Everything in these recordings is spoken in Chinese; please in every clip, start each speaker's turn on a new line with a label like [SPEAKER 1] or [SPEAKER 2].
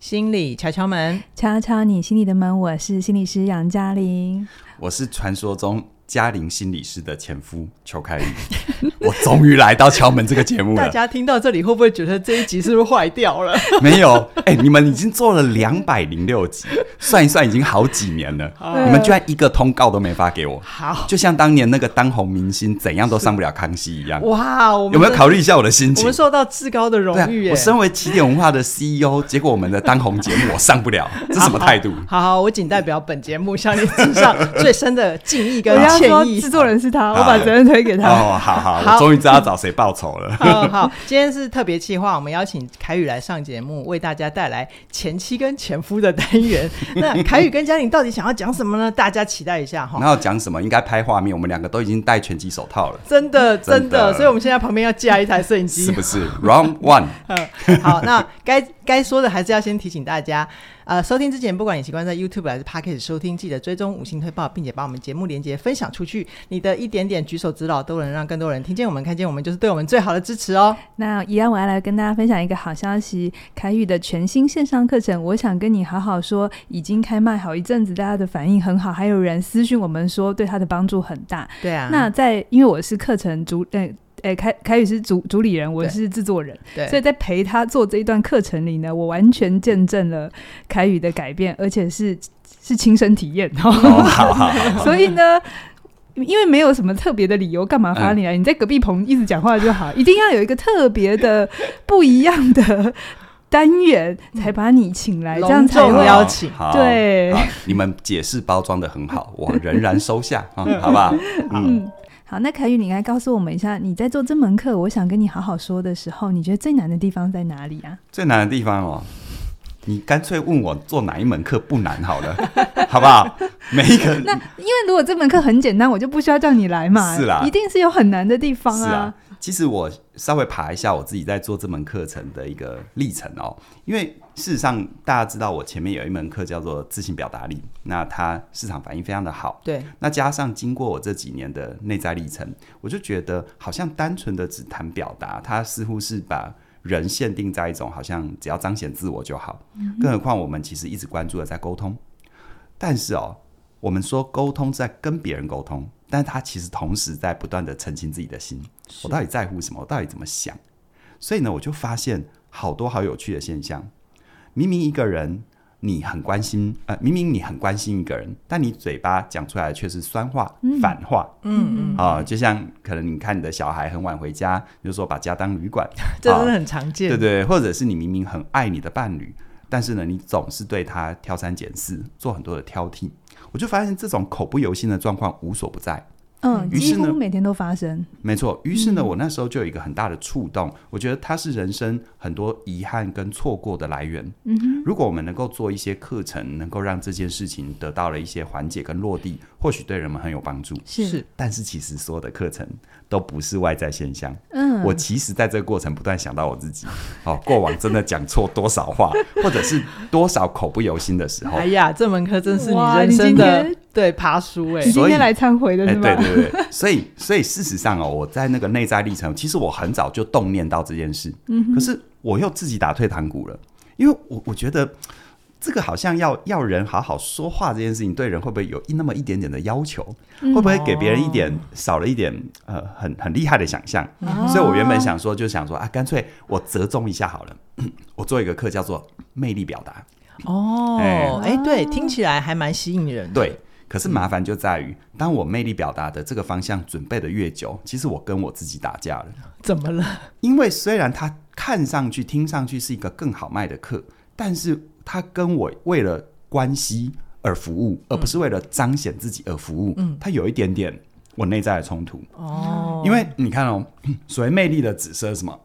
[SPEAKER 1] 心理敲敲门，
[SPEAKER 2] 敲敲你心里的门，我是心理师杨嘉玲。
[SPEAKER 3] 我是传说中嘉玲心理师的前夫邱开宇， 我终于来到敲门这个节目
[SPEAKER 1] 大
[SPEAKER 3] 了。
[SPEAKER 1] 家听到这里会不会觉得这一集是不是坏掉 了？
[SPEAKER 3] 没有，哎、你们已经做了两百零六集，算一算已经好几年了，
[SPEAKER 1] 哎
[SPEAKER 3] 你们居然一个通告都没发给我，
[SPEAKER 1] 好，
[SPEAKER 3] 就像当年那个当红明星怎样都上不了康熙一样。
[SPEAKER 1] 哇，我们
[SPEAKER 3] 有没有
[SPEAKER 1] 的
[SPEAKER 3] 考虑一下我的心
[SPEAKER 1] 我
[SPEAKER 3] 情
[SPEAKER 1] 们？受到至高的荣
[SPEAKER 3] 对啊
[SPEAKER 1] 誉，耶！
[SPEAKER 3] 我身为起点文化的 CEO，结果我们的当红节目我上 不了，这什么态度？
[SPEAKER 1] 好好，我仅代表本节目向你致上最深的敬意跟
[SPEAKER 2] 我要
[SPEAKER 3] 啊
[SPEAKER 2] 说
[SPEAKER 1] 歉，意
[SPEAKER 2] 制。作人是他，
[SPEAKER 3] 好
[SPEAKER 2] 我把责任推给他。
[SPEAKER 3] 哦，好好，
[SPEAKER 1] 好
[SPEAKER 3] 我终于知道找谁报仇了。
[SPEAKER 1] 好好，今天是特别企划，我们邀请凯宇来上节目，为大家带来前妻跟前夫的单 元。那凯宇跟嘉玲到底想要讲什么呢？大家期待一 下哈。
[SPEAKER 3] 然后讲什么？应该拍画面，我们两个都已经戴拳击手套了，
[SPEAKER 1] 真的，真
[SPEAKER 3] 真
[SPEAKER 1] 的，
[SPEAKER 3] 的
[SPEAKER 1] 所以我们现在旁边要架一台摄影机
[SPEAKER 3] 是，不是？Round One，
[SPEAKER 1] 嗯，好，那该该说的还是要先提醒大家，呃，收听之前，不管你习惯在 YouTube 还是 Podcast 收听，记得追踪五星推报，并且把我们节目连接分享出去。你的一点点举手之劳，都能让更多人听见我们、看见我们，就是对我们最好的支持哦。
[SPEAKER 2] 那一样，我要来跟大家分享一个好消息，凯宇的全新线上课程，我想跟你好好说，已经开卖好一阵子，大家的反应很好，还有人私讯我们说对他的帮助很大。
[SPEAKER 1] 对啊，
[SPEAKER 2] 那在因为我是课程主，呃，呃，凯凯宇是主主理人，我
[SPEAKER 1] 对
[SPEAKER 2] 是制作人，
[SPEAKER 1] 对，
[SPEAKER 2] 所以在陪他做这一段课程里呢，我完全见证了凯宇的改变，而且是是亲身体验。
[SPEAKER 3] 哦，好好 好，
[SPEAKER 2] 所以呢，因为没有什么特别的理由，干嘛发
[SPEAKER 1] 嗯
[SPEAKER 2] 你来？你在隔壁棚一直讲话就好，一定要有一个特别的、不一样的单元，才把你请来，这样
[SPEAKER 1] 嗯
[SPEAKER 2] 才
[SPEAKER 1] 隆重
[SPEAKER 2] 会
[SPEAKER 1] 邀请
[SPEAKER 3] 好
[SPEAKER 2] 对
[SPEAKER 3] 好你们解释包装的很好，我仍然收下，嗯，好不好？嗯，
[SPEAKER 2] 嗯。好，那凯宇，你来告诉我们一下，你在做这门课，我想跟你好好说的时候，你觉得最难的地方在哪里啊？
[SPEAKER 3] 最难的地方哦，你干脆问我做哪一门课不难好了，好不好？每一个
[SPEAKER 2] 那因为如果这门课很简单，我就不需要叫你来嘛。
[SPEAKER 3] 是啦
[SPEAKER 2] 一定是有很难的地方
[SPEAKER 3] 是啊，其实我稍微爬一下我自己在做这门课程的一个历程哦，因为事实上大家知道我前面有一门课叫做自信表达力，那它市场反应非常的好。
[SPEAKER 1] 对，
[SPEAKER 3] 那加上经过我这几年的内在历程，我就觉得好像单纯的只谈表达，它似乎是把人限定在一种好像只要彰显自我就好。更何况我们其实一直关注的在沟通，但是哦，我们说沟通在跟别人沟通，但他其实同时在不断的澄清自己的心，我到底在乎什么？我到底怎么想？所以呢，我就发现好多好有趣的现象。明明一个人你很关心，呃，明明你很关心一个人，但你嘴巴讲出来的却是酸话、反话
[SPEAKER 1] 嗯嗯，
[SPEAKER 3] 啊、就像可能你看你的小孩很晚回家，你就说把家当旅馆，
[SPEAKER 1] 这真的
[SPEAKER 3] 啊
[SPEAKER 1] 很常见。
[SPEAKER 3] 对对，或者是你明明很爱你的伴侣，但是呢，你总是对他挑三拣四，做很多的挑剔。我就发现这种口不由心的状况无所不在。
[SPEAKER 2] 嗯，
[SPEAKER 3] 于
[SPEAKER 2] 几
[SPEAKER 3] 是呢
[SPEAKER 2] 乎每天都发生。
[SPEAKER 3] 没错，于是
[SPEAKER 2] 嗯
[SPEAKER 3] 呢，我那时候就有一个很大的触动，我觉得它是人生很多遗憾跟错过的来源。
[SPEAKER 2] 嗯哼，
[SPEAKER 3] 如果我们能够做一些课程，能够让这件事情得到了一些缓解跟落地，或许对人们很有帮助。
[SPEAKER 2] 是，
[SPEAKER 3] 但是其实所有的课程都不是外在现象，
[SPEAKER 2] 嗯，
[SPEAKER 3] 我其实在这个过程不断想到我自己， 哦，过往真的讲错多少话， 或者是多少口不由心的时候
[SPEAKER 1] 哎。呀，这门课真是你
[SPEAKER 2] 哇
[SPEAKER 1] 人
[SPEAKER 2] 你
[SPEAKER 1] 生
[SPEAKER 2] 今
[SPEAKER 1] 的
[SPEAKER 2] 天
[SPEAKER 1] 对爬书哎
[SPEAKER 2] 你，今
[SPEAKER 3] 所以
[SPEAKER 2] 天来忏悔的
[SPEAKER 3] 哎，
[SPEAKER 2] 是吗？
[SPEAKER 3] 对对对，所以所以事实上哦，我在那个内在历程，其实我很早就动念到这件事，可是我又自己打退堂鼓了，因为我我觉得这个好像要要人好好说话这件事情，对人会不会有一那么一点点的要求？会不会给别人一点少了一点呃很很厉害的想象？
[SPEAKER 2] 哦
[SPEAKER 3] 所以我原本想说，就想说啊，干脆我折中一下好了， 我做一个课叫做魅力表达。
[SPEAKER 1] 哦，
[SPEAKER 2] 哎
[SPEAKER 1] 哎，对，听起来还蛮吸引人的。
[SPEAKER 3] 对，可是麻烦就在于，当我魅力表达的这个方向准备的越久，其实我跟我自己打架了。
[SPEAKER 1] 怎么了？
[SPEAKER 3] 因为虽然它看上去、听上去是一个更好卖的课，但是它跟我为了关系而服务，而不是为了彰显自己而服务，它有一点点我内在的冲突。
[SPEAKER 1] 哦，
[SPEAKER 3] 因为你看哦， 所谓魅力的紫色是什 么？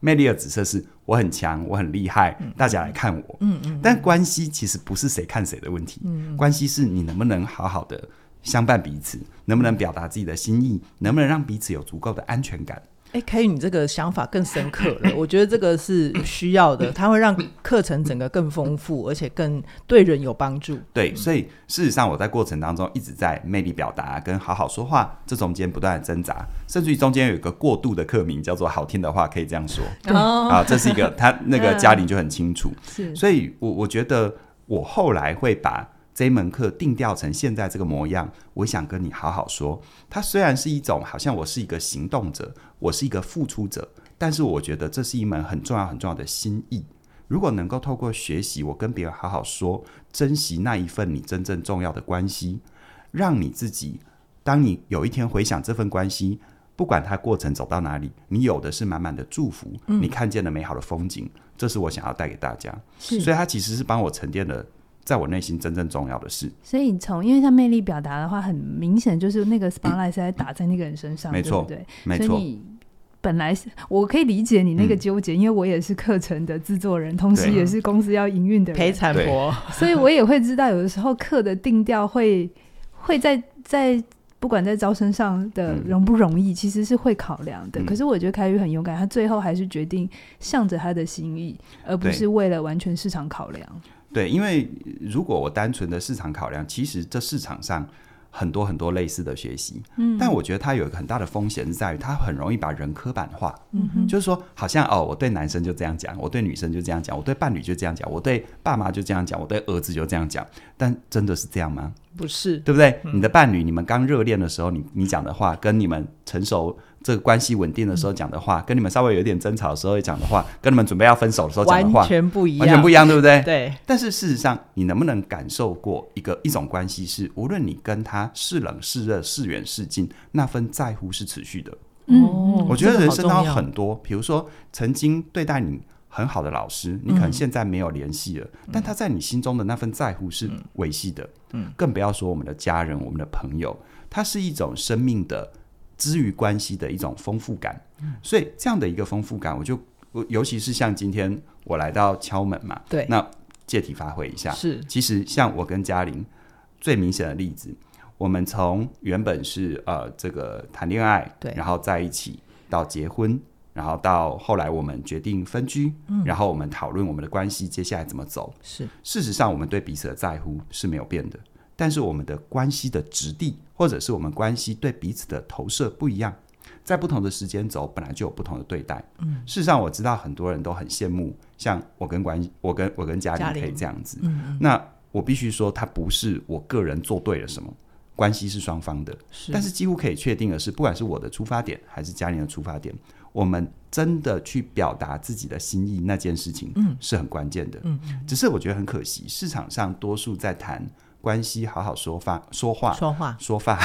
[SPEAKER 3] 魅力的紫色是我很强，我很厉害，大家来看我。嗯嗯。但关系其实不是谁看谁的问题，关系是你能不能好好的相伴彼此，能不能表达自己的心意，能不能让彼此有足够的安全感。
[SPEAKER 1] 哎，凯宇，你这个想法更深刻了，我觉得这个是需要的，它会让课程整个更丰富，而且更对人有帮助。
[SPEAKER 3] 对，所以事实上我在过程当中一直在魅力表达跟好好说话这中间不断的挣扎，甚至于中间有一个过渡的课名叫做好听的话可以这样说
[SPEAKER 1] 哦，
[SPEAKER 3] 啊，这是一个他那 个嘉玲就很清楚，
[SPEAKER 2] 是
[SPEAKER 3] 所以我我觉得我后来会把这一门课定调成现在这个模样。我想跟你好好说，它虽然是一种好像我是一个行动者，我是一个付出者，但是我觉得这是一门很重要很重要的心意。如果能够透过学习，我跟别人好好说，珍惜那一份你真正重要的关系，让你自己，当你有一天回想这份关系，不管它过程走到哪里，你有的是满满的祝福，你看见了美好的风景，这是我想要带给大家。
[SPEAKER 2] 是
[SPEAKER 3] 所以它其实是帮我沉淀了在我内心真正重要的事。
[SPEAKER 2] 所以从因为像魅力表达的话，很明显就是那个 spotlight 是在打在那个人身上，
[SPEAKER 3] 嗯没错
[SPEAKER 2] 对不对？
[SPEAKER 3] 没
[SPEAKER 2] 所
[SPEAKER 3] 错嗯
[SPEAKER 2] 以，你本来是我可以理解你那个纠结，因为我也是课程的制作人，同时
[SPEAKER 3] 对
[SPEAKER 2] 也是公司要营运的
[SPEAKER 1] 陪
[SPEAKER 2] 人，
[SPEAKER 1] 产婆，
[SPEAKER 2] 所以我也会知道，有的时候课的定调会会在在。不管在招生上的
[SPEAKER 3] 嗯
[SPEAKER 2] 容不容易，其实是会考量的。
[SPEAKER 3] 嗯
[SPEAKER 2] 可是我觉得凯宇很勇敢，他最后还是决定向着他的心意，而不
[SPEAKER 3] 对
[SPEAKER 2] 是为了完全市场考量。
[SPEAKER 3] 对，因为呃如果我单纯的市场考量，其实这市场上很多很多类似的学习，嗯，但我觉得它有一个很大的风险是在于，它很容易把人刻板化，
[SPEAKER 2] 嗯哼，
[SPEAKER 3] 就是说，好像哦，我对男生就这样讲，我对女生就这样讲，我对伴侣就这样讲，我对爸妈就这样讲，我对儿子就这样讲，但真的是这样吗？
[SPEAKER 1] 不是
[SPEAKER 3] 对不对？你的伴侣，你们刚热恋的时候，你你讲的话，跟你们成熟这个关系稳定的时候讲的话，跟你们稍微有一点争吵的时候讲的话，跟你们准备要分手的时候讲
[SPEAKER 1] 完
[SPEAKER 3] 的话，
[SPEAKER 1] 全不一样，
[SPEAKER 3] 完全不一
[SPEAKER 1] 样。
[SPEAKER 3] 样，对不对？
[SPEAKER 1] 对，
[SPEAKER 3] 但是事实上，你能不能感受过一个一种关系是，无论你跟他是冷是热、是远是近，那份在乎是持续的。
[SPEAKER 2] 嗯
[SPEAKER 1] 哦
[SPEAKER 3] 我觉得
[SPEAKER 1] 这个
[SPEAKER 3] 人
[SPEAKER 1] 好
[SPEAKER 3] 生当
[SPEAKER 1] 重要
[SPEAKER 3] 中很多，比如说曾经对待你很好的老
[SPEAKER 1] 嗯
[SPEAKER 3] 师，你可能现在没有联系了，但他在你心中的那份在乎是维系的。嗯，更不要说我们的家人、我们的朋友，它是一种生命的之于关系的一种丰富感。
[SPEAKER 1] 嗯
[SPEAKER 3] 所以这样的一个丰富感，我就我尤其是像今天我来到敲门嘛，
[SPEAKER 1] 对
[SPEAKER 3] 那借题发挥一下，
[SPEAKER 1] 是
[SPEAKER 3] 其实像我跟嘉玲最明显的例子，我们从原本是呃这个谈恋爱，
[SPEAKER 1] 对
[SPEAKER 3] 然后在一起到结婚，然后到后来我们决定分居，嗯，然后我们讨论我们的关系接下来怎么走。
[SPEAKER 1] 是
[SPEAKER 3] 事实上，我们对彼此的在乎是没有变的，但是我们的关系的质地，或者是我们关系对彼此的投射不一样。在不同的时间轴，本来就有不同的对待。嗯，事实上，我知道很多人都很羡慕，像我跟关，我跟我跟嘉
[SPEAKER 1] 嘉
[SPEAKER 3] 玲
[SPEAKER 1] 玲
[SPEAKER 3] 可以这样子。
[SPEAKER 1] 嗯，
[SPEAKER 3] 那我必须说，它不是我个人做对了什么，关系是双方的。
[SPEAKER 1] 是
[SPEAKER 3] 但是几乎可以确定的是，不管是我的出发点还是家人的出发点，我们真的去表达自己的心意那件事情，嗯，是很关键的。
[SPEAKER 1] 嗯，
[SPEAKER 3] 只是我觉得很可惜，市场上多数在谈关系好好说法、说话、
[SPEAKER 1] 说话
[SPEAKER 3] 说法，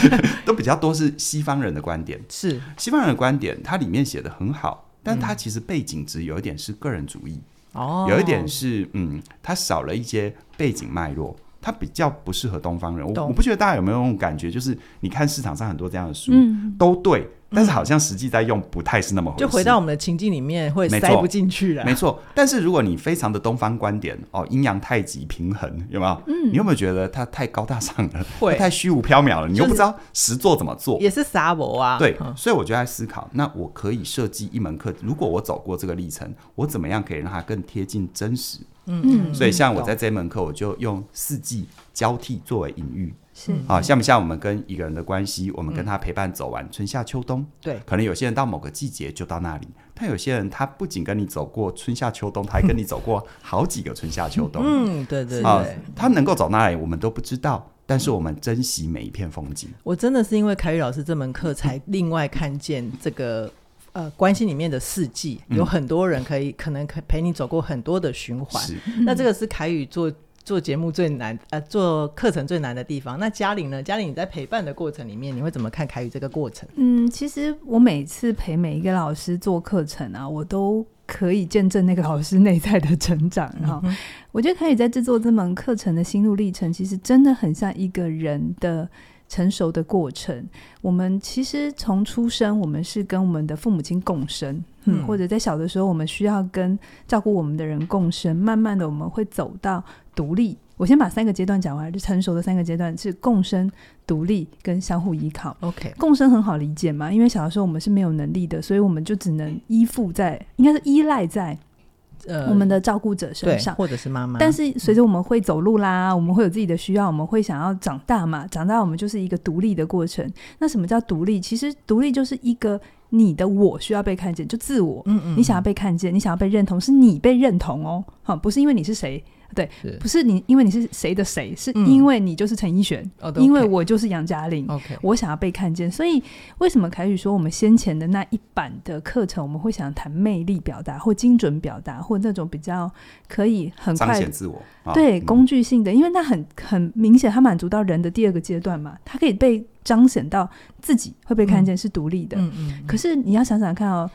[SPEAKER 3] 都比较多是西方人的观点。
[SPEAKER 1] 是
[SPEAKER 3] 西方人的观点，它里面写的很好，但
[SPEAKER 1] 嗯
[SPEAKER 3] 它其实背景值有一点是个人主义。
[SPEAKER 1] 哦，
[SPEAKER 3] 有一点是，嗯，它少了一些背景脉络，它比较不适合东方人。我
[SPEAKER 1] 懂
[SPEAKER 3] 我不觉得大家有没有那种感觉，就是你看市场上很多这样的书、
[SPEAKER 2] 嗯，
[SPEAKER 3] 都对，但是好像实际在用不太是那么回事。
[SPEAKER 1] 就回到我们的情境里面会
[SPEAKER 3] 没
[SPEAKER 1] 塞
[SPEAKER 3] 错
[SPEAKER 1] 不进去了
[SPEAKER 3] 没。错，但是如果你非常的东方观点哦，阴阳太极平衡有没有？嗯，你有没有觉得它太高大上了，
[SPEAKER 1] 会
[SPEAKER 3] 它太虚无缥缈了？你
[SPEAKER 1] 就
[SPEAKER 3] 又不
[SPEAKER 1] 是
[SPEAKER 3] 知道实做怎么做，
[SPEAKER 1] 也是撒博啊，
[SPEAKER 3] 对
[SPEAKER 1] 嗯，
[SPEAKER 3] 所以我就在思考，那我可以设计一门课，如果我走过这个历程，我怎么样可以让它更贴近真实？
[SPEAKER 2] 嗯
[SPEAKER 3] 所以像我在这一门课，我就用四季交替作为隐喻，
[SPEAKER 2] 是
[SPEAKER 3] 啊，像不像我们跟一个人的关系，我们
[SPEAKER 2] 嗯
[SPEAKER 3] 跟他陪伴走完春夏秋冬？
[SPEAKER 1] 对，
[SPEAKER 3] 可能有些人到某个季节就到那里，但有些人他不仅跟你走过春夏秋冬，他还跟你走过好几个春夏秋冬。
[SPEAKER 1] 嗯，对对
[SPEAKER 3] 啊
[SPEAKER 1] 对，，
[SPEAKER 3] 他能够走那里，我们都不知道，但是我们珍惜每一片风景。
[SPEAKER 1] 我真的是因为凯宇老师这门课才另外看见这个。呃，关系里面的四季，有很多人可以、可能可陪你走过很多的循环，
[SPEAKER 3] 是，
[SPEAKER 1] 那这个是凯宇做做节目最难，呃，做课程最难的地方。那嘉玲呢？嘉玲你在陪伴的过程里面，你会怎么看凯宇这个过程？
[SPEAKER 2] 嗯，其实我每次陪每一个老师做课程啊，我都可以见证那个老师内在的成长
[SPEAKER 1] 嗯
[SPEAKER 2] 哈、我觉得可以在制作这门课程的心路历程，其实真的很像一个人的。成熟的过程，我们其实从出生，我们是跟我们的父母亲共生，嗯，
[SPEAKER 1] 嗯
[SPEAKER 2] 或者在小的时候，我们需要跟照顾我们的人共生。慢慢的，我们会走到独立，我先把三个阶段讲完，就成熟的三个阶段是共生、独立跟相互依靠。
[SPEAKER 1] OK，
[SPEAKER 2] 共生很好理解嘛，因为小的时候我们是没有能力的，所以我们就只能依附在，应该是依赖在
[SPEAKER 1] 嗯呃，
[SPEAKER 2] 我们的照顾者身
[SPEAKER 1] 对嗯
[SPEAKER 2] 上。
[SPEAKER 1] 或者是妈妈，
[SPEAKER 2] 但是随着我们会走路啦，我们会有自己的需要，我们会想要长大嘛，长大我们就是一个独立的过程。那什么叫独立？其实独立就是一个你的我需要被看见，就自我，
[SPEAKER 1] 嗯嗯，
[SPEAKER 2] 你想要被看见，你想要被认同，是你被认同哦，好，不是因为你是谁，对
[SPEAKER 1] 是，
[SPEAKER 2] 不是你因为你是谁的谁，是
[SPEAKER 1] 嗯
[SPEAKER 2] 因为你就是陈奕迅，
[SPEAKER 1] 哦对
[SPEAKER 2] 因为
[SPEAKER 1] OK
[SPEAKER 2] 我就是杨嘉玲。
[SPEAKER 1] OK，
[SPEAKER 2] 我想要被看见，所以为什么凯宇说我们先前的那一版的课程，我们会想谈魅力表达或精准表达，或那种比较可以很
[SPEAKER 3] 彰
[SPEAKER 2] 快
[SPEAKER 3] 显自我。啊
[SPEAKER 2] 对
[SPEAKER 3] 嗯
[SPEAKER 2] 工具性的，因为那很很明显，它满足到人的第二个阶段嘛，它可以被彰显到自己会被看见是独立的。
[SPEAKER 1] 嗯嗯，
[SPEAKER 2] 可是你要想想看哦，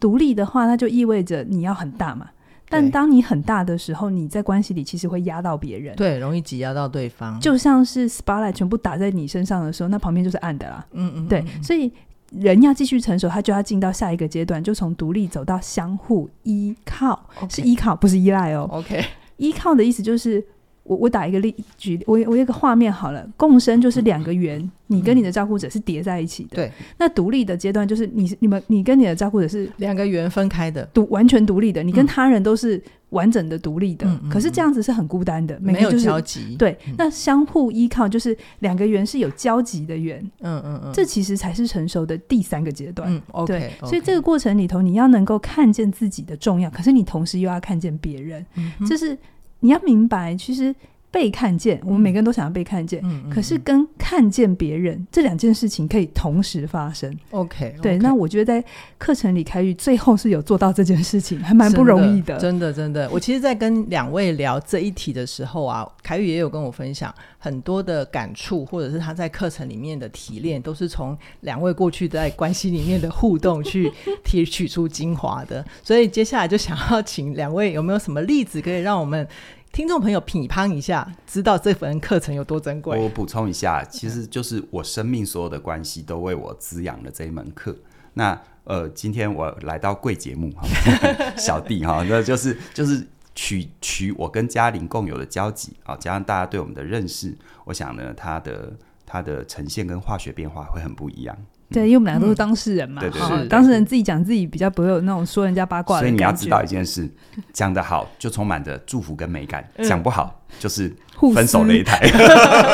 [SPEAKER 2] 独立的话，那就意味着你要很大嘛。但
[SPEAKER 1] 对
[SPEAKER 2] 当你很大的时候，你在关系里其实会压到别人，
[SPEAKER 1] 对，容易挤压到对方，
[SPEAKER 2] 就像是 spotlight 全部打在你身上的时候，那旁边就是暗的啦。
[SPEAKER 1] 嗯嗯，
[SPEAKER 2] 对
[SPEAKER 1] 嗯，嗯
[SPEAKER 2] 所以人要继续成熟，他就要进到下一个阶段，就从独立走到相互依靠，
[SPEAKER 1] OK
[SPEAKER 2] 是依靠，不是依赖哦。
[SPEAKER 1] 嗯 OK，
[SPEAKER 2] 依靠的意思就是，我我打一个例举，我我有一个画面好了，共生就是两个圆，你跟你的照顾者是叠在一起的。
[SPEAKER 1] 嗯对，
[SPEAKER 2] 那独立的阶段就是你是你们你跟你的照顾者是
[SPEAKER 1] 两个圆分开的，
[SPEAKER 2] 独完全独立的，你跟
[SPEAKER 1] 嗯
[SPEAKER 2] 他人都是完整的独立的。
[SPEAKER 1] 嗯嗯
[SPEAKER 2] 可是这样子是很孤单的，每
[SPEAKER 1] 没
[SPEAKER 2] 个
[SPEAKER 1] 有
[SPEAKER 2] 就是
[SPEAKER 1] 交集，，
[SPEAKER 2] 对
[SPEAKER 1] 嗯。
[SPEAKER 2] 那相互依靠就是两个圆是有交集的圆，
[SPEAKER 1] 嗯嗯嗯，
[SPEAKER 2] 这其实才是成熟的第三个阶段。
[SPEAKER 1] 嗯 OK，
[SPEAKER 2] 对所以这个过程里头，你要能够看见自己的重要，可是你同时又要看见别人，
[SPEAKER 1] 个
[SPEAKER 2] 就是你要明白，其实被看见，我们每个人都想要被看见，
[SPEAKER 1] 嗯，嗯
[SPEAKER 2] 可是跟看见别人这两件事情可以同时发生。
[SPEAKER 1] 嗯 OK，
[SPEAKER 2] 对，那我觉得在课程里，凯宇最后是有做到这件事情，还蛮不容易的。
[SPEAKER 1] 真的真的。我其实，在跟两位聊这一题的时候啊，凯宇也有跟我分享很多的感触，或者是他在课程里面的提炼，都是从两位过去在关系里面的互动去提取出精华的。所以接下来就想要请两位有没有什么例子可以让我们听众朋友品乓一下，知道这门课程有多珍贵？
[SPEAKER 3] 我补充一
[SPEAKER 2] 嗯
[SPEAKER 3] 下，其实就是我生命所有的关系都为我滋养了这一门课。那呃，今天我来到贵节目哈， 小弟哈，那就是就是取取我跟嘉玲共有的交集啊，加上大家对我们的认识，我想呢，它的它的呈现跟化学变化会很不一样。
[SPEAKER 2] 对，因为我们两个都是当事人嘛，
[SPEAKER 3] 嗯对对
[SPEAKER 2] 哈
[SPEAKER 1] 对对
[SPEAKER 2] 当事人自己讲自己比较不会有那种说人家八卦的
[SPEAKER 3] 所
[SPEAKER 2] 感
[SPEAKER 3] 以
[SPEAKER 2] 觉。
[SPEAKER 3] 你要知道一件事，讲得好就充满着祝福跟美感，
[SPEAKER 2] 嗯
[SPEAKER 3] 讲不好就是
[SPEAKER 2] 互
[SPEAKER 3] 分手
[SPEAKER 2] 撕
[SPEAKER 3] 擂台。